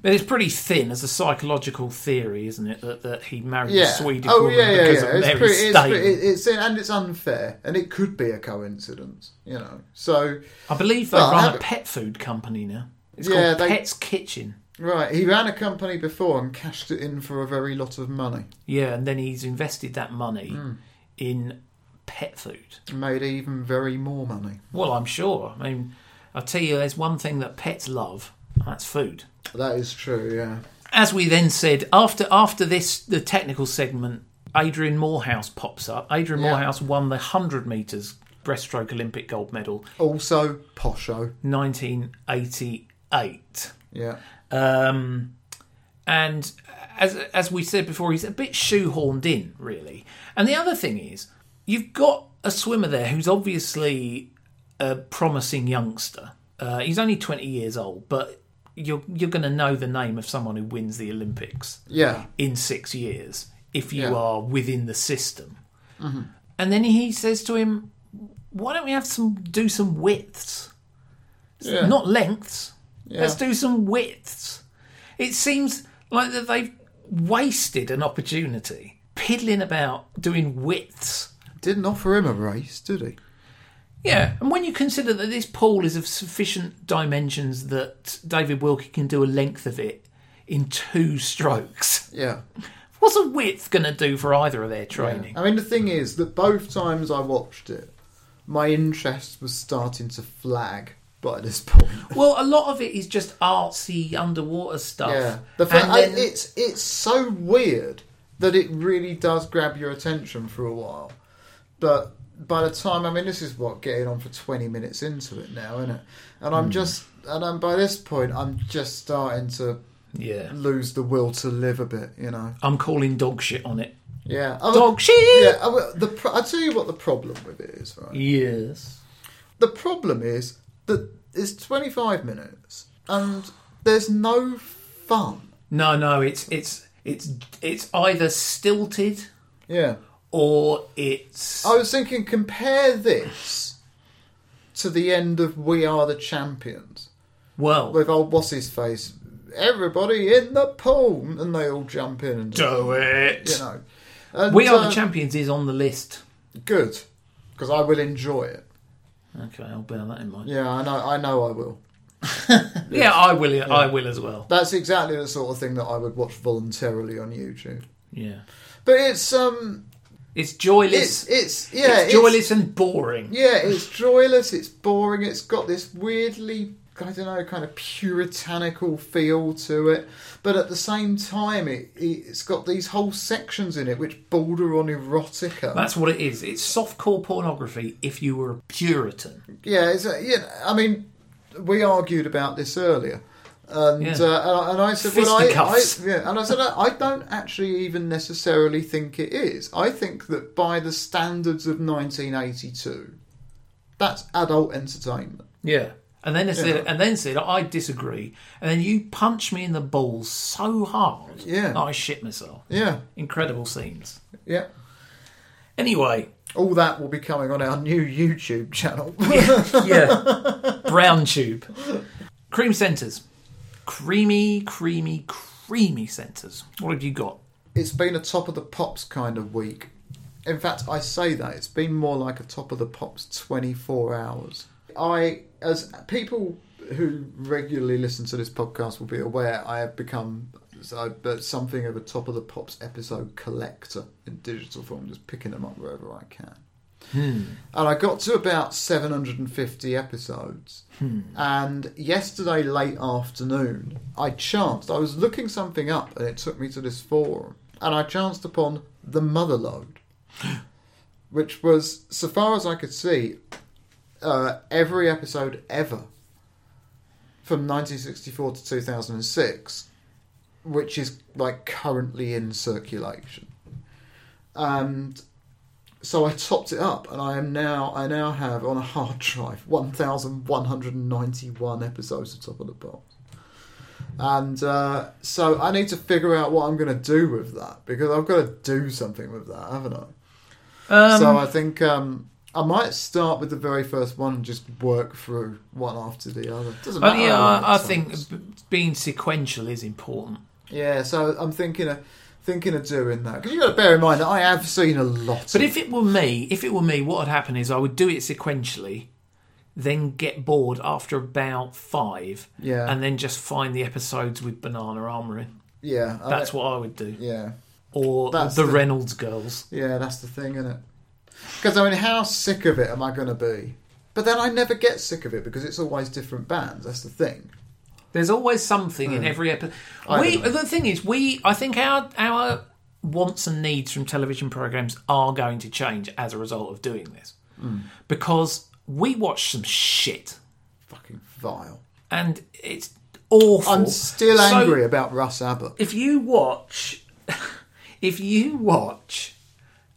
Speaker 1: But it's pretty thin as a psychological theory, isn't it? That, that he married
Speaker 2: yeah,
Speaker 1: a Swedish
Speaker 2: oh
Speaker 1: woman
Speaker 2: yeah, yeah,
Speaker 1: because
Speaker 2: yeah.
Speaker 1: of
Speaker 2: It's
Speaker 1: Mary
Speaker 2: pretty, it's,
Speaker 1: Stane.
Speaker 2: pretty- it's and it's unfair, and it could be a coincidence, you know. So
Speaker 1: I believe they
Speaker 2: Well, I
Speaker 1: run a
Speaker 2: haven't-
Speaker 1: pet food company now. It's
Speaker 2: Yeah,
Speaker 1: called
Speaker 2: they-
Speaker 1: Pet's Kitchen.
Speaker 2: right, he ran a company before and cashed it in for a very lot of money. Hmm.
Speaker 1: Yeah, and then he's invested that money in pet food.
Speaker 2: Made even very more money.
Speaker 1: Well, I'm sure. I mean, I'll tell you, there's one thing that pets love, and that's food.
Speaker 2: That is true, yeah.
Speaker 1: As we then said, after after this, the technical segment, Adrian Morehouse pops up. Adrian
Speaker 2: Yeah.
Speaker 1: Morehouse won the 100 metres breaststroke Olympic gold medal
Speaker 2: Also, Posho.
Speaker 1: 1988.
Speaker 2: Yeah.
Speaker 1: Um, and as as we said before, he's a bit shoehorned in, really. And the other thing is, you've got a swimmer there who's obviously a promising youngster. Uh, he's only twenty years old, but you're you're going to know the name of someone who wins the Olympics
Speaker 2: Yeah.
Speaker 1: in six years if you
Speaker 2: Yeah. Mm-hmm.
Speaker 1: are within the system. And then he says to him, "Why don't we have some do some widths,
Speaker 2: Yeah.
Speaker 1: not lengths?
Speaker 2: Yeah.
Speaker 1: Let's do some widths." It seems like that they've wasted an opportunity piddling about doing widths.
Speaker 2: Didn't offer him a race, did he?
Speaker 1: Yeah, and when you consider that this pool is of sufficient dimensions that David Wilkie can do a length of it in two strokes,
Speaker 2: Yeah.
Speaker 1: what's a width going to do for either of their training?
Speaker 2: I mean, the thing is that both times I watched it, my interest was starting to flag by this point.
Speaker 1: Well, a lot of it is just artsy underwater stuff.
Speaker 2: Yeah, the
Speaker 1: Oh. And
Speaker 2: fact
Speaker 1: then-
Speaker 2: I- it's it's so weird that it really does grab your attention for a while, but by the time I mean, this is what getting on for twenty minutes into it now, isn't it? And I'm just and I'm by this point I'm just starting to
Speaker 1: yeah,
Speaker 2: lose the will to live a bit, you know.
Speaker 1: I'm calling dog shit on it.
Speaker 2: Yeah, I-
Speaker 1: Dog shit.
Speaker 2: Yeah, I, well, the pro- I tell you what the problem with it is, right?
Speaker 1: Yes.
Speaker 2: The problem is that it's twenty five minutes and there's no fun.
Speaker 1: No, no, it's it's it's it's either stilted
Speaker 2: Yeah.
Speaker 1: or it's
Speaker 2: I was thinking, compare this to the end of We Are the Champions
Speaker 1: well.
Speaker 2: with old what's his face. Everybody in the pool, and they all jump in and
Speaker 1: Do it.
Speaker 2: you know. And,
Speaker 1: We are
Speaker 2: uh,
Speaker 1: the champions is on the list.
Speaker 2: Good, because I will enjoy it.
Speaker 1: Okay, I'll bear that in mind. Yeah,
Speaker 2: Yeah, I know. I know I will.
Speaker 1: I will. I will as well.
Speaker 2: That's exactly the sort of thing that I would watch voluntarily on YouTube.
Speaker 1: Yeah,
Speaker 2: But it's um,
Speaker 1: it's joyless.
Speaker 2: it's it's yeah,
Speaker 1: it's joyless and boring.
Speaker 2: Yeah, it's joyless, it's boring, it's got this weirdly, I don't know, kind of puritanical feel to it. But at the same time, it, it's got these whole sections in it which border on erotica.
Speaker 1: That's what it is. It's softcore pornography if you were a Puritan.
Speaker 2: yeah, it's, a, yeah, I mean, we argued about this earlier. And,
Speaker 1: Yeah.
Speaker 2: uh, and- and I said, well, I, I,
Speaker 1: Fisticuffs.
Speaker 2: yeah, and I said, I I don't actually even necessarily think it is. I think that by the standards of 1982, that's adult entertainment.
Speaker 1: Yeah. And then I said,
Speaker 2: Yeah.
Speaker 1: and then said, I disagree. And then you punched me in the balls so hard
Speaker 2: Yeah.
Speaker 1: that I shit myself.
Speaker 2: Yeah,
Speaker 1: Incredible scenes.
Speaker 2: yeah.
Speaker 1: Anyway,
Speaker 2: All that will be coming on our new YouTube channel.
Speaker 1: yeah, brown tube, cream centers, creamy, creamy, creamy centers. What have you got?
Speaker 2: it's been a top of the pops kind of week. In fact, I say that it's been more like a top of the pops 24 hours. I, as people who regularly listen to this podcast will be aware, I have become so- but something of a top of the pops episode collector in digital form, just picking them up wherever I can. And I got to about 750 episodes. And yesterday, late afternoon, I chanced, I was looking something up and it took me to this forum. And I chanced upon The Motherlode, which was, so far as I could see, uh, every episode ever from 1964 to 2006, which is like currently in circulation. And so I topped it up, and I am now I now have on a hard drive one thousand one hundred and ninety one episodes of Top of the Pops. And uh, so I need to figure out what I'm going to do with that because I've got to do something with that, haven't I?
Speaker 1: Um,
Speaker 2: so I think um, I might start with the very first one and just work through one after the other. Doesn't
Speaker 1: oh,
Speaker 2: matter.
Speaker 1: yeah,
Speaker 2: how long
Speaker 1: I, I
Speaker 2: it
Speaker 1: think
Speaker 2: takes.
Speaker 1: b- being sequential is important.
Speaker 2: Yeah, so I'm thinking of thinking of doing that because you got to bear in mind that I have seen a lot.
Speaker 1: But
Speaker 2: of
Speaker 1: if it were me, if it were me, what would happen is I would do it sequentially, then get bored after about five,
Speaker 2: Yeah.
Speaker 1: and then just find the episodes with Banana Armour in.
Speaker 2: yeah, I
Speaker 1: That's
Speaker 2: mean-
Speaker 1: what I would do,
Speaker 2: Yeah,
Speaker 1: or
Speaker 2: That's
Speaker 1: the
Speaker 2: the-
Speaker 1: Reynolds Girls.
Speaker 2: yeah, that's the thing, isn't it? Because I mean, how sick of it am I going to be? But then I never get sick of it because it's always different bands. That's the thing.
Speaker 1: There's always something in every episode.
Speaker 2: Hmm. I
Speaker 1: We
Speaker 2: don't
Speaker 1: the thing is, we I think our our wants and needs from television programs are going to change as a result of doing this,
Speaker 2: Hmm.
Speaker 1: because we watch some shit
Speaker 2: Fucking vile.
Speaker 1: and it's awful.
Speaker 2: I'm still
Speaker 1: So,
Speaker 2: angry about Russ Abbott.
Speaker 1: if you watch, if you watch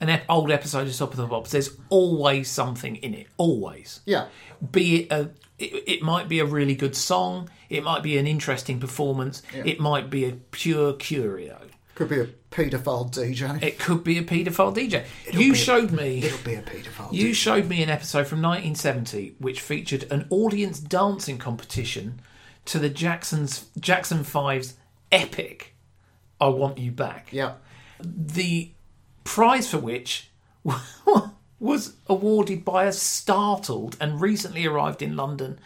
Speaker 1: an ep- old episode of Top of the Pops, there's always something in it. Always
Speaker 2: Yeah.
Speaker 1: be it a it, it might be a really good song it might be an interesting performance it might be a pure curio
Speaker 2: Could be a paedophile DJ.
Speaker 1: it could be a paedophile dj you
Speaker 2: be-
Speaker 1: showed me
Speaker 2: It'll be a paedophile
Speaker 1: you showed me an episode from 1970 which featured an audience dancing competition to the jackson's jackson 5's epic i want you back
Speaker 2: Yeah.
Speaker 1: the prize for which was awarded by a startled and recently arrived in London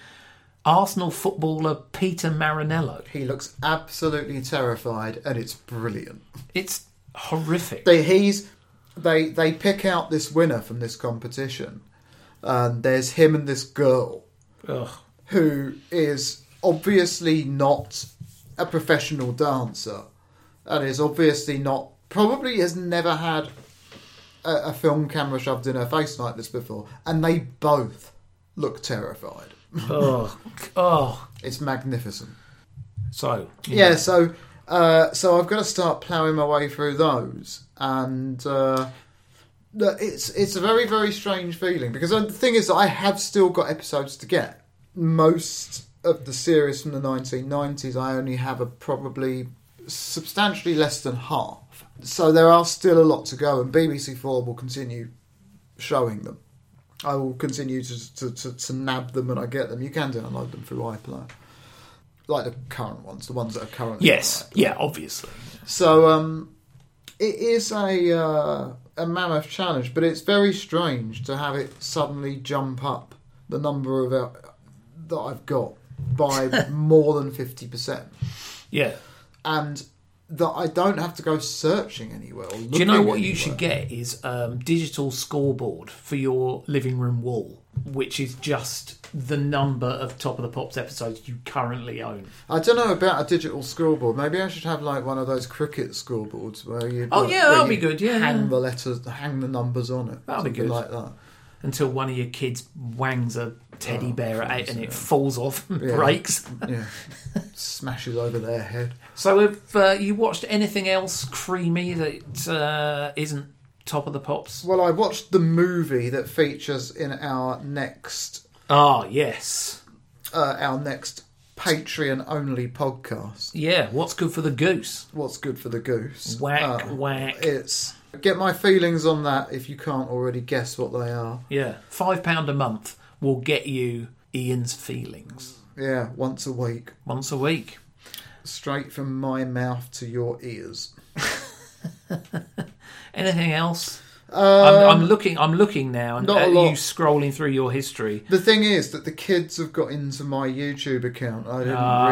Speaker 1: Arsenal footballer Peter Marinello.
Speaker 2: He looks absolutely terrified and it's brilliant.
Speaker 1: It's horrific.
Speaker 2: They he's they they pick out this winner from this competition. And there's him and this girl
Speaker 1: Ugh.
Speaker 2: who is obviously not a professional dancer and is obviously not probably has never had a, a film camera shoved in her face like this before and they both look terrified
Speaker 1: Oh, oh.
Speaker 2: it's magnificent
Speaker 1: So, you
Speaker 2: yeah so uh, so i've got to start ploughing my way through those and uh, look, it's it's a very very strange feeling because uh, the thing is that i have still got episodes to get most of the series from the 1990s i only have a probably substantially less than half so there are still a lot to go and bbc4 will continue showing them i will continue to, to, to, to nab them when i get them you can download them through iplayer like the current ones the ones that are currently
Speaker 1: Yes, yeah, obviously.
Speaker 2: so um, it is a uh, a mammoth challenge, but it's very strange to have it suddenly jump up the number of uh, that I've got by more than fifty percent,
Speaker 1: Yeah.
Speaker 2: and that I don't have to go searching anywhere. Or
Speaker 1: Do you know what you should get is um, digital scoreboard for your living room wall, which is just the number of Top of the Pops episodes you currently own.
Speaker 2: I don't know about a digital scoreboard. Maybe I should have like one of those cricket scoreboards where you.
Speaker 1: Oh,
Speaker 2: like,
Speaker 1: yeah,
Speaker 2: where
Speaker 1: that'd
Speaker 2: you
Speaker 1: be good, yeah,
Speaker 2: hang
Speaker 1: yeah.
Speaker 2: the letters, hang the numbers on it.
Speaker 1: That'd be
Speaker 2: something
Speaker 1: good.
Speaker 2: like that.
Speaker 1: until one of your kids wangs a teddy bear at eight and it falls off and breaks.
Speaker 2: Oh, Yeah, smashes over their head.
Speaker 1: So, if uh, you watched anything else creamy that uh, isn't top of the pops?
Speaker 2: Well, I watched the movie that features in our next
Speaker 1: Ah, yes,
Speaker 2: uh, our next Patreon only podcast.
Speaker 1: yeah. What's good for the goose?
Speaker 2: What's good for the goose?
Speaker 1: Whack,
Speaker 2: Uh,
Speaker 1: whack.
Speaker 2: It's get my feelings on that if you can't already guess what they are.
Speaker 1: yeah, five pound a month will get you Ian's feelings
Speaker 2: Yeah, once a week,
Speaker 1: once a week.
Speaker 2: straight from my mouth to your ears.
Speaker 1: Anything else? I'm, I'm looking. I'm looking now, and
Speaker 2: Um, not
Speaker 1: at
Speaker 2: a
Speaker 1: you
Speaker 2: lot.
Speaker 1: scrolling through your history.
Speaker 2: The thing is that the kids have got into my YouTube account. I didn't
Speaker 1: Ah,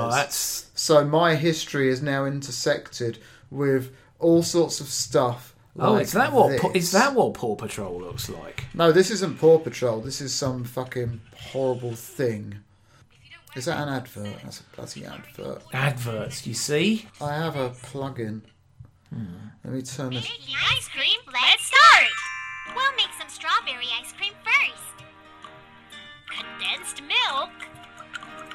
Speaker 2: realise.
Speaker 1: that's
Speaker 2: So my history is now intersected with all sorts of stuff.
Speaker 1: oh,
Speaker 2: like
Speaker 1: is that what?
Speaker 2: this.
Speaker 1: Pa- Is that what Paw Patrol looks like?
Speaker 2: No, this isn't Paw Patrol. This is some fucking horrible thing. Is that an advert? That's a bloody advert.
Speaker 1: Adverts, you see.
Speaker 2: I have a plug-in.
Speaker 1: Hmm.
Speaker 2: Let me turn this.
Speaker 8: Making ice cream, let's start! We'll make some strawberry ice cream first. Condensed milk.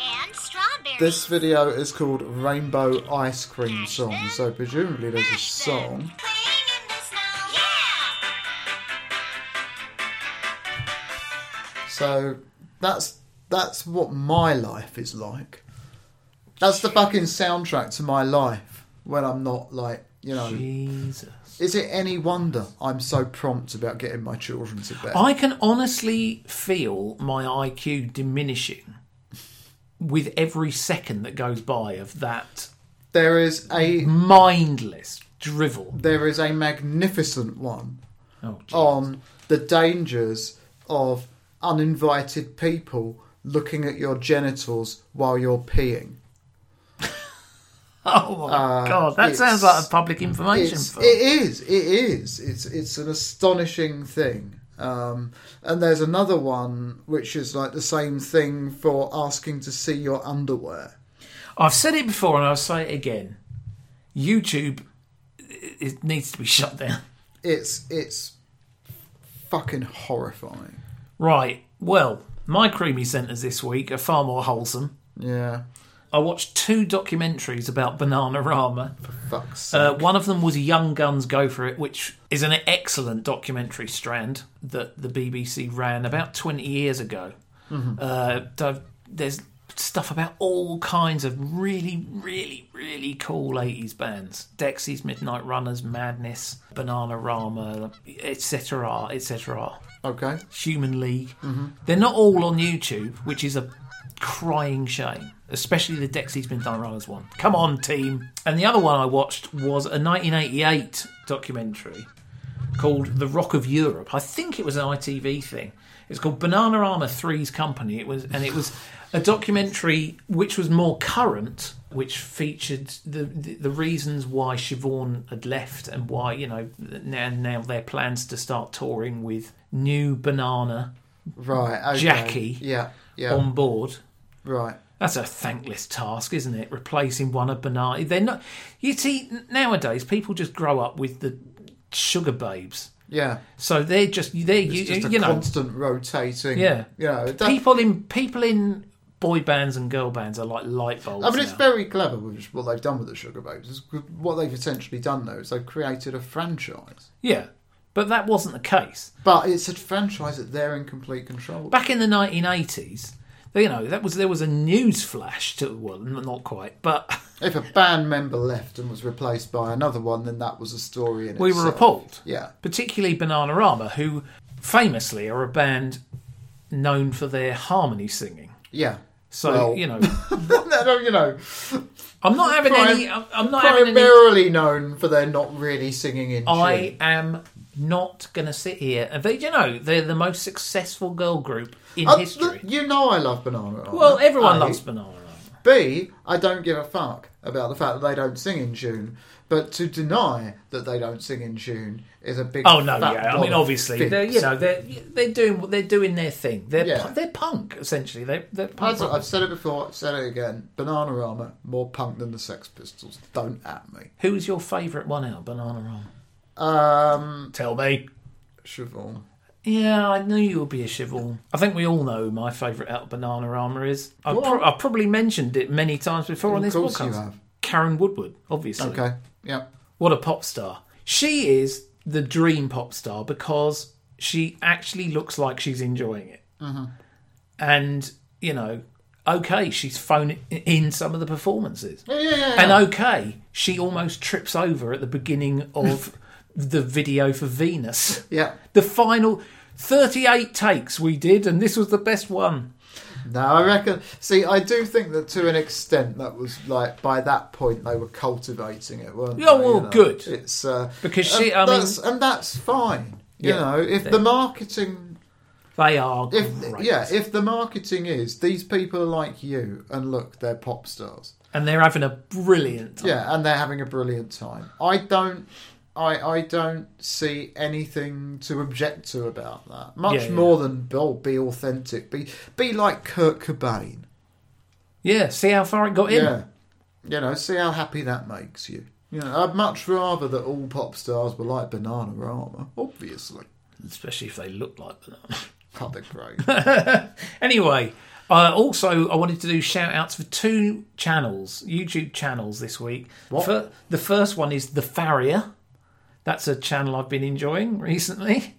Speaker 8: And strawberry.
Speaker 2: This video is called Rainbow Ice Cream Song, so presumably there's a song.
Speaker 8: Playing in the snow. Yeah!
Speaker 2: So that's that's what my life is like. That's the fucking soundtrack to my life when I'm not like you know.
Speaker 1: Jesus.
Speaker 2: Is it any wonder I'm so prompt about getting my children to bed?
Speaker 1: I can honestly feel my IQ diminishing with every second that goes by of that
Speaker 2: There is a
Speaker 1: mindless drivel.
Speaker 2: there is a magnificent one
Speaker 1: Oh, gee.
Speaker 2: on the dangers of uninvited people looking at your genitals while you're peeing.
Speaker 1: Oh my
Speaker 2: Uh,
Speaker 1: god, that
Speaker 2: it's-
Speaker 1: sounds like a public information
Speaker 2: It's,
Speaker 1: film.
Speaker 2: it is. It is. It's it's an astonishing thing. Um, and there's another one which is like the same thing for asking to see your underwear.
Speaker 1: I've said it before and I'll say it again. YouTube i- it needs to be shut down.
Speaker 2: It's it's fucking horrifying.
Speaker 1: Right. Well, my creamy centres this week are far more wholesome.
Speaker 2: Yeah.
Speaker 1: I watched two documentaries about Banana Rama.
Speaker 2: Fuck's sake.
Speaker 1: Uh, one of them was Young Guns Go For It, which is an excellent documentary strand that the BBC ran about 20 years ago. Uh, th- there's stuff about all kinds of really, really, really cool 80s bands Dexys, Midnight Runners, Madness, Banana Rama, etc., etc.
Speaker 2: okay.
Speaker 1: Human League. They're not all on YouTube, which is a crying shame. Especially the Dexys Midnight Runners one. Come on, team. And the other one I watched was a 1988 documentary called The Rock of Europe. I think it was an ITV thing. It's called Banana Armour 3's Company. It was, and it was a documentary which was more current, which featured the the, the reasons why Siobhan had left and why you know now now their plans to start touring with new Banana
Speaker 2: Right. Okay.
Speaker 1: Jackie Um,
Speaker 2: Yeah. Yeah.
Speaker 1: on board.
Speaker 2: right.
Speaker 1: That's a thankless task, isn't it? Replacing one of banana. They're not. You see, nowadays people just grow up with the sugar babes.
Speaker 2: Yeah.
Speaker 1: So they're just they're you,
Speaker 2: It's just a
Speaker 1: you know
Speaker 2: constant rotating.
Speaker 1: Yeah.
Speaker 2: You know, that-
Speaker 1: people in people in boy bands and girl bands are like light bulbs.
Speaker 2: I mean, it's
Speaker 1: now.
Speaker 2: very clever with what they've done with the Sugar Babes. It's good- What they've essentially done, though, is they've created a franchise.
Speaker 1: yeah, but that wasn't the case
Speaker 2: But it's a franchise that they're in complete control.
Speaker 1: back in the 1980s. You know that was there was a news flash to well n- not quite, but
Speaker 2: If a band member left and was replaced by another one, then that was a story in
Speaker 1: we were
Speaker 2: itself.
Speaker 1: appalled.
Speaker 2: Yeah.
Speaker 1: particularly Bananarama, who famously are a band known for their harmony singing.
Speaker 2: Yeah.
Speaker 1: So
Speaker 2: Well,
Speaker 1: you know,
Speaker 2: no, you know,
Speaker 1: I'm not having
Speaker 2: Prime-
Speaker 1: any. I'm I'm not having any.
Speaker 2: primarily known for their not really singing in
Speaker 1: I
Speaker 2: tune.
Speaker 1: am not gonna sit here. And They, you know, they're the most successful girl group in
Speaker 2: Uh,
Speaker 1: history.
Speaker 2: look, you know I love Banana Rama.
Speaker 1: well, everyone
Speaker 2: A.
Speaker 1: loves Banana. Rama.
Speaker 2: B, I don't give a fuck about the fact that they don't sing in tune, but to deny that they don't sing in tune is a big.
Speaker 1: Oh no,
Speaker 2: fat
Speaker 1: yeah. I
Speaker 2: wad
Speaker 1: mean,
Speaker 2: of
Speaker 1: obviously,
Speaker 2: fibs.
Speaker 1: they're you know they're they're doing they're doing their thing. They're
Speaker 2: Yeah.
Speaker 1: pu- they're punk essentially. They they're punk.
Speaker 2: As I've said it before, I've said it again. Banana Rama more punk than the Sex Pistols. Don't at me.
Speaker 1: Who's your favourite one out? Banana Rama.
Speaker 2: Um,
Speaker 1: Tell me.
Speaker 2: Siobhan.
Speaker 1: Yeah, I knew you would be a Siobhan. I think we all know who my favourite out of Banana Rama is. I
Speaker 2: Go
Speaker 1: pro-
Speaker 2: on.
Speaker 1: I've probably mentioned it many times before on
Speaker 2: Of
Speaker 1: this
Speaker 2: course
Speaker 1: podcast.
Speaker 2: you have.
Speaker 1: Karen Woodward, obviously.
Speaker 2: Okay. Yep.
Speaker 1: What a pop star. She is the dream pop star because she actually looks like she's enjoying it.
Speaker 2: Mm-hmm.
Speaker 1: And, you know, okay, she's phoning in some of the performances.
Speaker 2: Yeah, yeah, yeah.
Speaker 1: And okay, she almost trips over at the beginning of the video for Venus.
Speaker 2: Yeah.
Speaker 1: The final 38 takes we did, and this was the best one.
Speaker 2: No, I reckon. See, I do think that to an extent, that was like by that point they were cultivating it, weren't
Speaker 1: Yeah,
Speaker 2: they?
Speaker 1: well,
Speaker 2: you know?
Speaker 1: good.
Speaker 2: It's uh,
Speaker 1: Because
Speaker 2: and
Speaker 1: she- I mean-
Speaker 2: that's, and that's fine. You
Speaker 1: Yeah.
Speaker 2: know, if the marketing,
Speaker 1: They are
Speaker 2: if
Speaker 1: great.
Speaker 2: yeah, if the marketing is these people are like you, and look, they're pop stars.
Speaker 1: and they're having a brilliant time.
Speaker 2: Yeah, and they're having a brilliant time. I don't. I, I don't see anything to object to about that. Much
Speaker 1: Yeah, yeah.
Speaker 2: more than oh, be authentic, be be like Kurt Cobain.
Speaker 1: Yeah, see how far it got in.
Speaker 2: Yeah. You know, see how happy that makes you. You know, I'd much rather that all pop stars were like Banana Rama, obviously.
Speaker 1: Especially if they look like that.
Speaker 2: Public brain.
Speaker 1: anyway, uh, also, I wanted to do shout outs for two channels, YouTube channels this week. Fir- the first one is The Farrier. That's a channel I've been enjoying recently.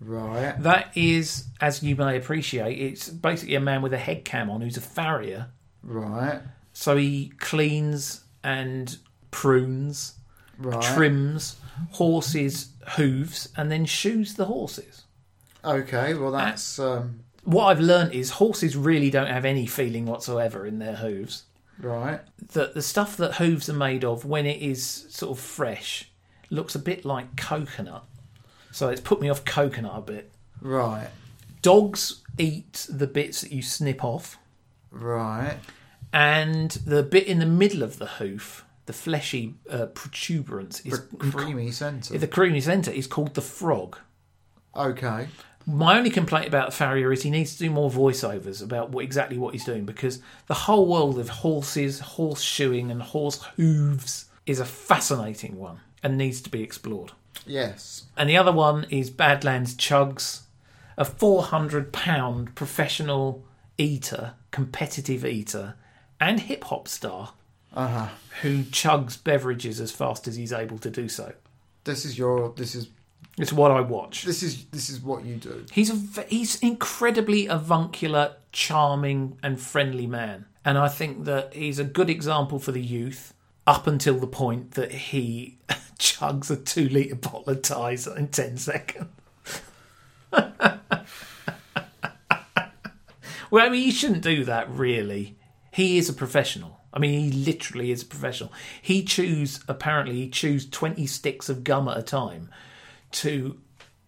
Speaker 2: right.
Speaker 1: That is, as you may appreciate, it's basically a man with a head cam on who's a farrier.
Speaker 2: Right.
Speaker 1: So he cleans and prunes,
Speaker 2: Right.
Speaker 1: trims horses' hooves, and then shoes the horses.
Speaker 2: Okay, well that's um
Speaker 1: What I've learnt is horses really don't have any feeling whatsoever in their hooves.
Speaker 2: right.
Speaker 1: That the stuff that hooves are made of when it is sort of fresh looks a bit like coconut. So it's put me off coconut a bit.
Speaker 2: Right.
Speaker 1: Dogs eat the bits that you snip off.
Speaker 2: Right.
Speaker 1: and the bit in the middle of the hoof, the fleshy uh, protuberance is
Speaker 2: creamy centre.
Speaker 1: the creamy centre is called the frog.
Speaker 2: Okay.
Speaker 1: My only complaint about Farrier is he needs to do more voiceovers about what exactly what he's doing because the whole world of horses, horseshoeing, and horse hooves is a fascinating one and needs to be explored.
Speaker 2: Yes.
Speaker 1: And the other one is Badlands Chugs, a 400 pound professional eater, competitive eater, and hip hop star who chugs beverages as fast as he's able to do so.
Speaker 2: This is your. This is
Speaker 1: It's what I watch.
Speaker 2: this is this is what you do.
Speaker 1: He's a, v- he's incredibly avuncular, charming, and friendly man, and I think that he's a good example for the youth up until the point that he chugs a two liter bottle of Tizer in ten seconds. well, I mean, he shouldn't do that, really. He is a professional. I mean, he literally is a professional. He chews apparently he chews twenty sticks of gum at a time to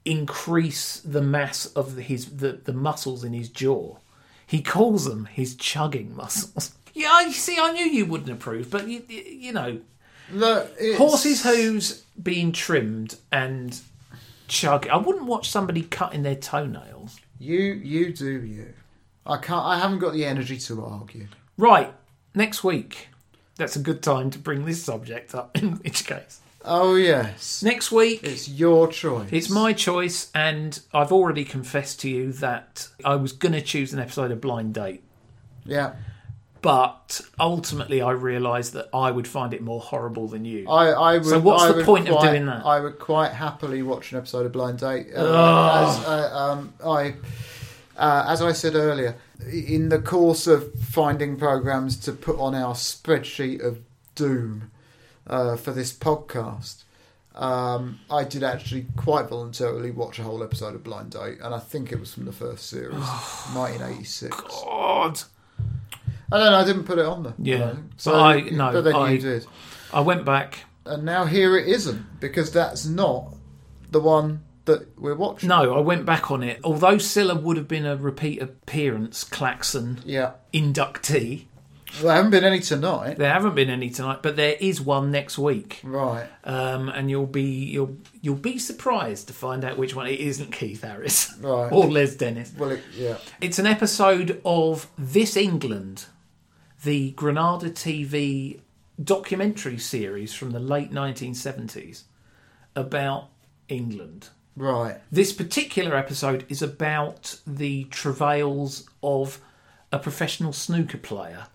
Speaker 1: increase the mass of his the, the muscles in his jaw. He calls them his chugging muscles. Yeah, I see. I knew you wouldn't approve, but you, you, you know,
Speaker 2: Look, it's,
Speaker 1: horses' hooves being trimmed and chug. I wouldn't watch somebody cutting their toenails.
Speaker 2: You you do you. I can't. I haven't got the energy to argue.
Speaker 1: Right, next week. That's a good time to bring this subject up. In which case,
Speaker 2: Oh yes.
Speaker 1: next week
Speaker 2: It's your choice.
Speaker 1: It's my choice, and I've already confessed to you that I was going to choose an episode of Blind Date,
Speaker 2: Yeah.
Speaker 1: but ultimately I realised that I would find it more horrible than you.
Speaker 2: I, I would,
Speaker 1: So what's
Speaker 2: I
Speaker 1: the
Speaker 2: would
Speaker 1: point of
Speaker 2: quite-
Speaker 1: doing that?
Speaker 2: I would quite happily watch an episode of Blind Date. Uh, as, uh, um, I, uh, as I said earlier, in the course of finding programs to put on our spreadsheet of doom uh, for this podcast, um, I did actually quite voluntarily watch a whole episode of Blind Date, and I think it was from the first series, 1986.
Speaker 1: God.
Speaker 2: I don't know, I didn't put it on there.
Speaker 1: Yeah.
Speaker 2: don't think.
Speaker 1: But I- no,
Speaker 2: but then
Speaker 1: I-
Speaker 2: you did.
Speaker 1: I went back.
Speaker 2: and now here it isn't because that's not the one that we're watching.
Speaker 1: No, I went back on it. Although Scylla would have been a repeat appearance, Claxon
Speaker 2: Yeah,
Speaker 1: inductee.
Speaker 2: there haven't been any tonight.
Speaker 1: There haven't been any tonight, but there is one next week,
Speaker 2: Right.
Speaker 1: um, and you'll be you'll you'll be surprised to find out which one it isn't Keith Harris
Speaker 2: Right.
Speaker 1: or Les Dennis.
Speaker 2: Well, it, yeah.
Speaker 1: It's an episode of This England, the Granada TV documentary series from the late 1970s about England.
Speaker 2: Right.
Speaker 1: This particular episode is about the travails of a professional snooker player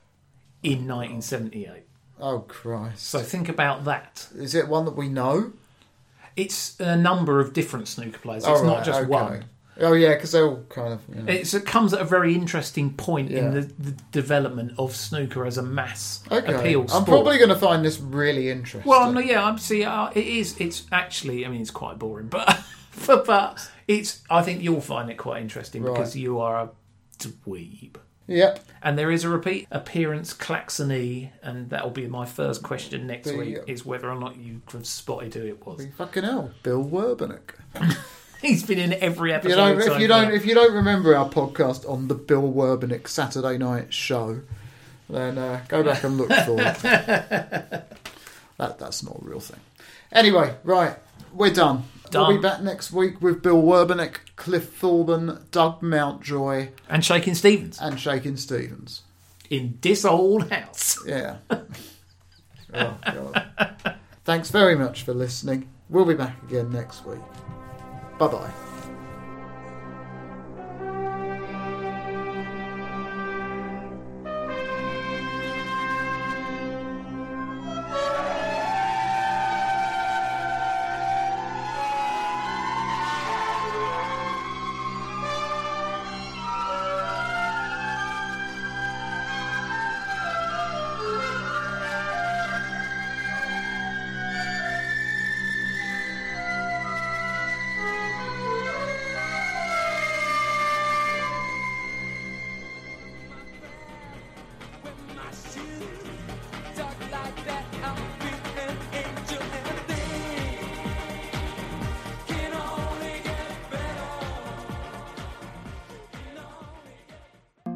Speaker 1: in 1978.
Speaker 2: Oh Christ.
Speaker 1: So think about that.
Speaker 2: Is it one that we know?
Speaker 1: It's a number of different snooker players, it's
Speaker 2: Oh,
Speaker 1: not
Speaker 2: right,
Speaker 1: just
Speaker 2: okay.
Speaker 1: one.
Speaker 2: Oh yeah, because they all kind of. You know.
Speaker 1: It's, it comes at a very interesting point
Speaker 2: Yeah.
Speaker 1: in the, the development of snooker as a mass
Speaker 2: okay.
Speaker 1: appeal
Speaker 2: I'm
Speaker 1: sport.
Speaker 2: probably going to find this really interesting.
Speaker 1: well, no, yeah, I'm see. Uh, it is. It's actually. I mean, it's quite boring, but but, but it's. I think you'll find it quite interesting because you are a dweeb.
Speaker 2: Yep.
Speaker 1: And there is a repeat appearance, Claxony, and that'll be my first question next
Speaker 2: There you
Speaker 1: week
Speaker 2: go.
Speaker 1: is whether or not you could have spotted who it was.
Speaker 2: Fucking hell, Bill Werbenek.
Speaker 1: He's been in every episode.
Speaker 2: You don't,
Speaker 1: so
Speaker 2: if you
Speaker 1: far.
Speaker 2: don't, if you don't remember our podcast on the Bill Werbenek Saturday night show, then uh, go back and look for it. that that's not a real thing. Anyway, right, we're done.
Speaker 1: Done.
Speaker 2: We'll be back next week with Bill Werbenek, Cliff Thorburn, Doug Mountjoy,
Speaker 1: and Shaking Stevens
Speaker 2: and Shakin' Stevens.
Speaker 1: in this old house.
Speaker 2: Yeah. oh God. Thanks very much for listening. We'll be back again next week. Bye bye.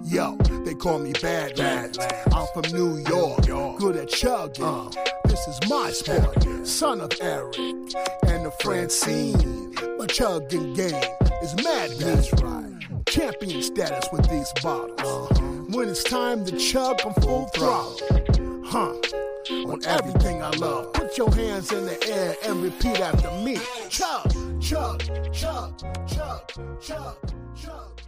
Speaker 9: Yo, they call me Badlands. I'm from New York, good at chugging. This This is my sport, son of Eric and the Francine. My chugging game is mad. That's right. Champion status with these bottles. When it's time to chug, I'm full throttle. Huh. On everything I love. Put your hands in the air and repeat after me. Chug, chug, chug, chug, chug, chug.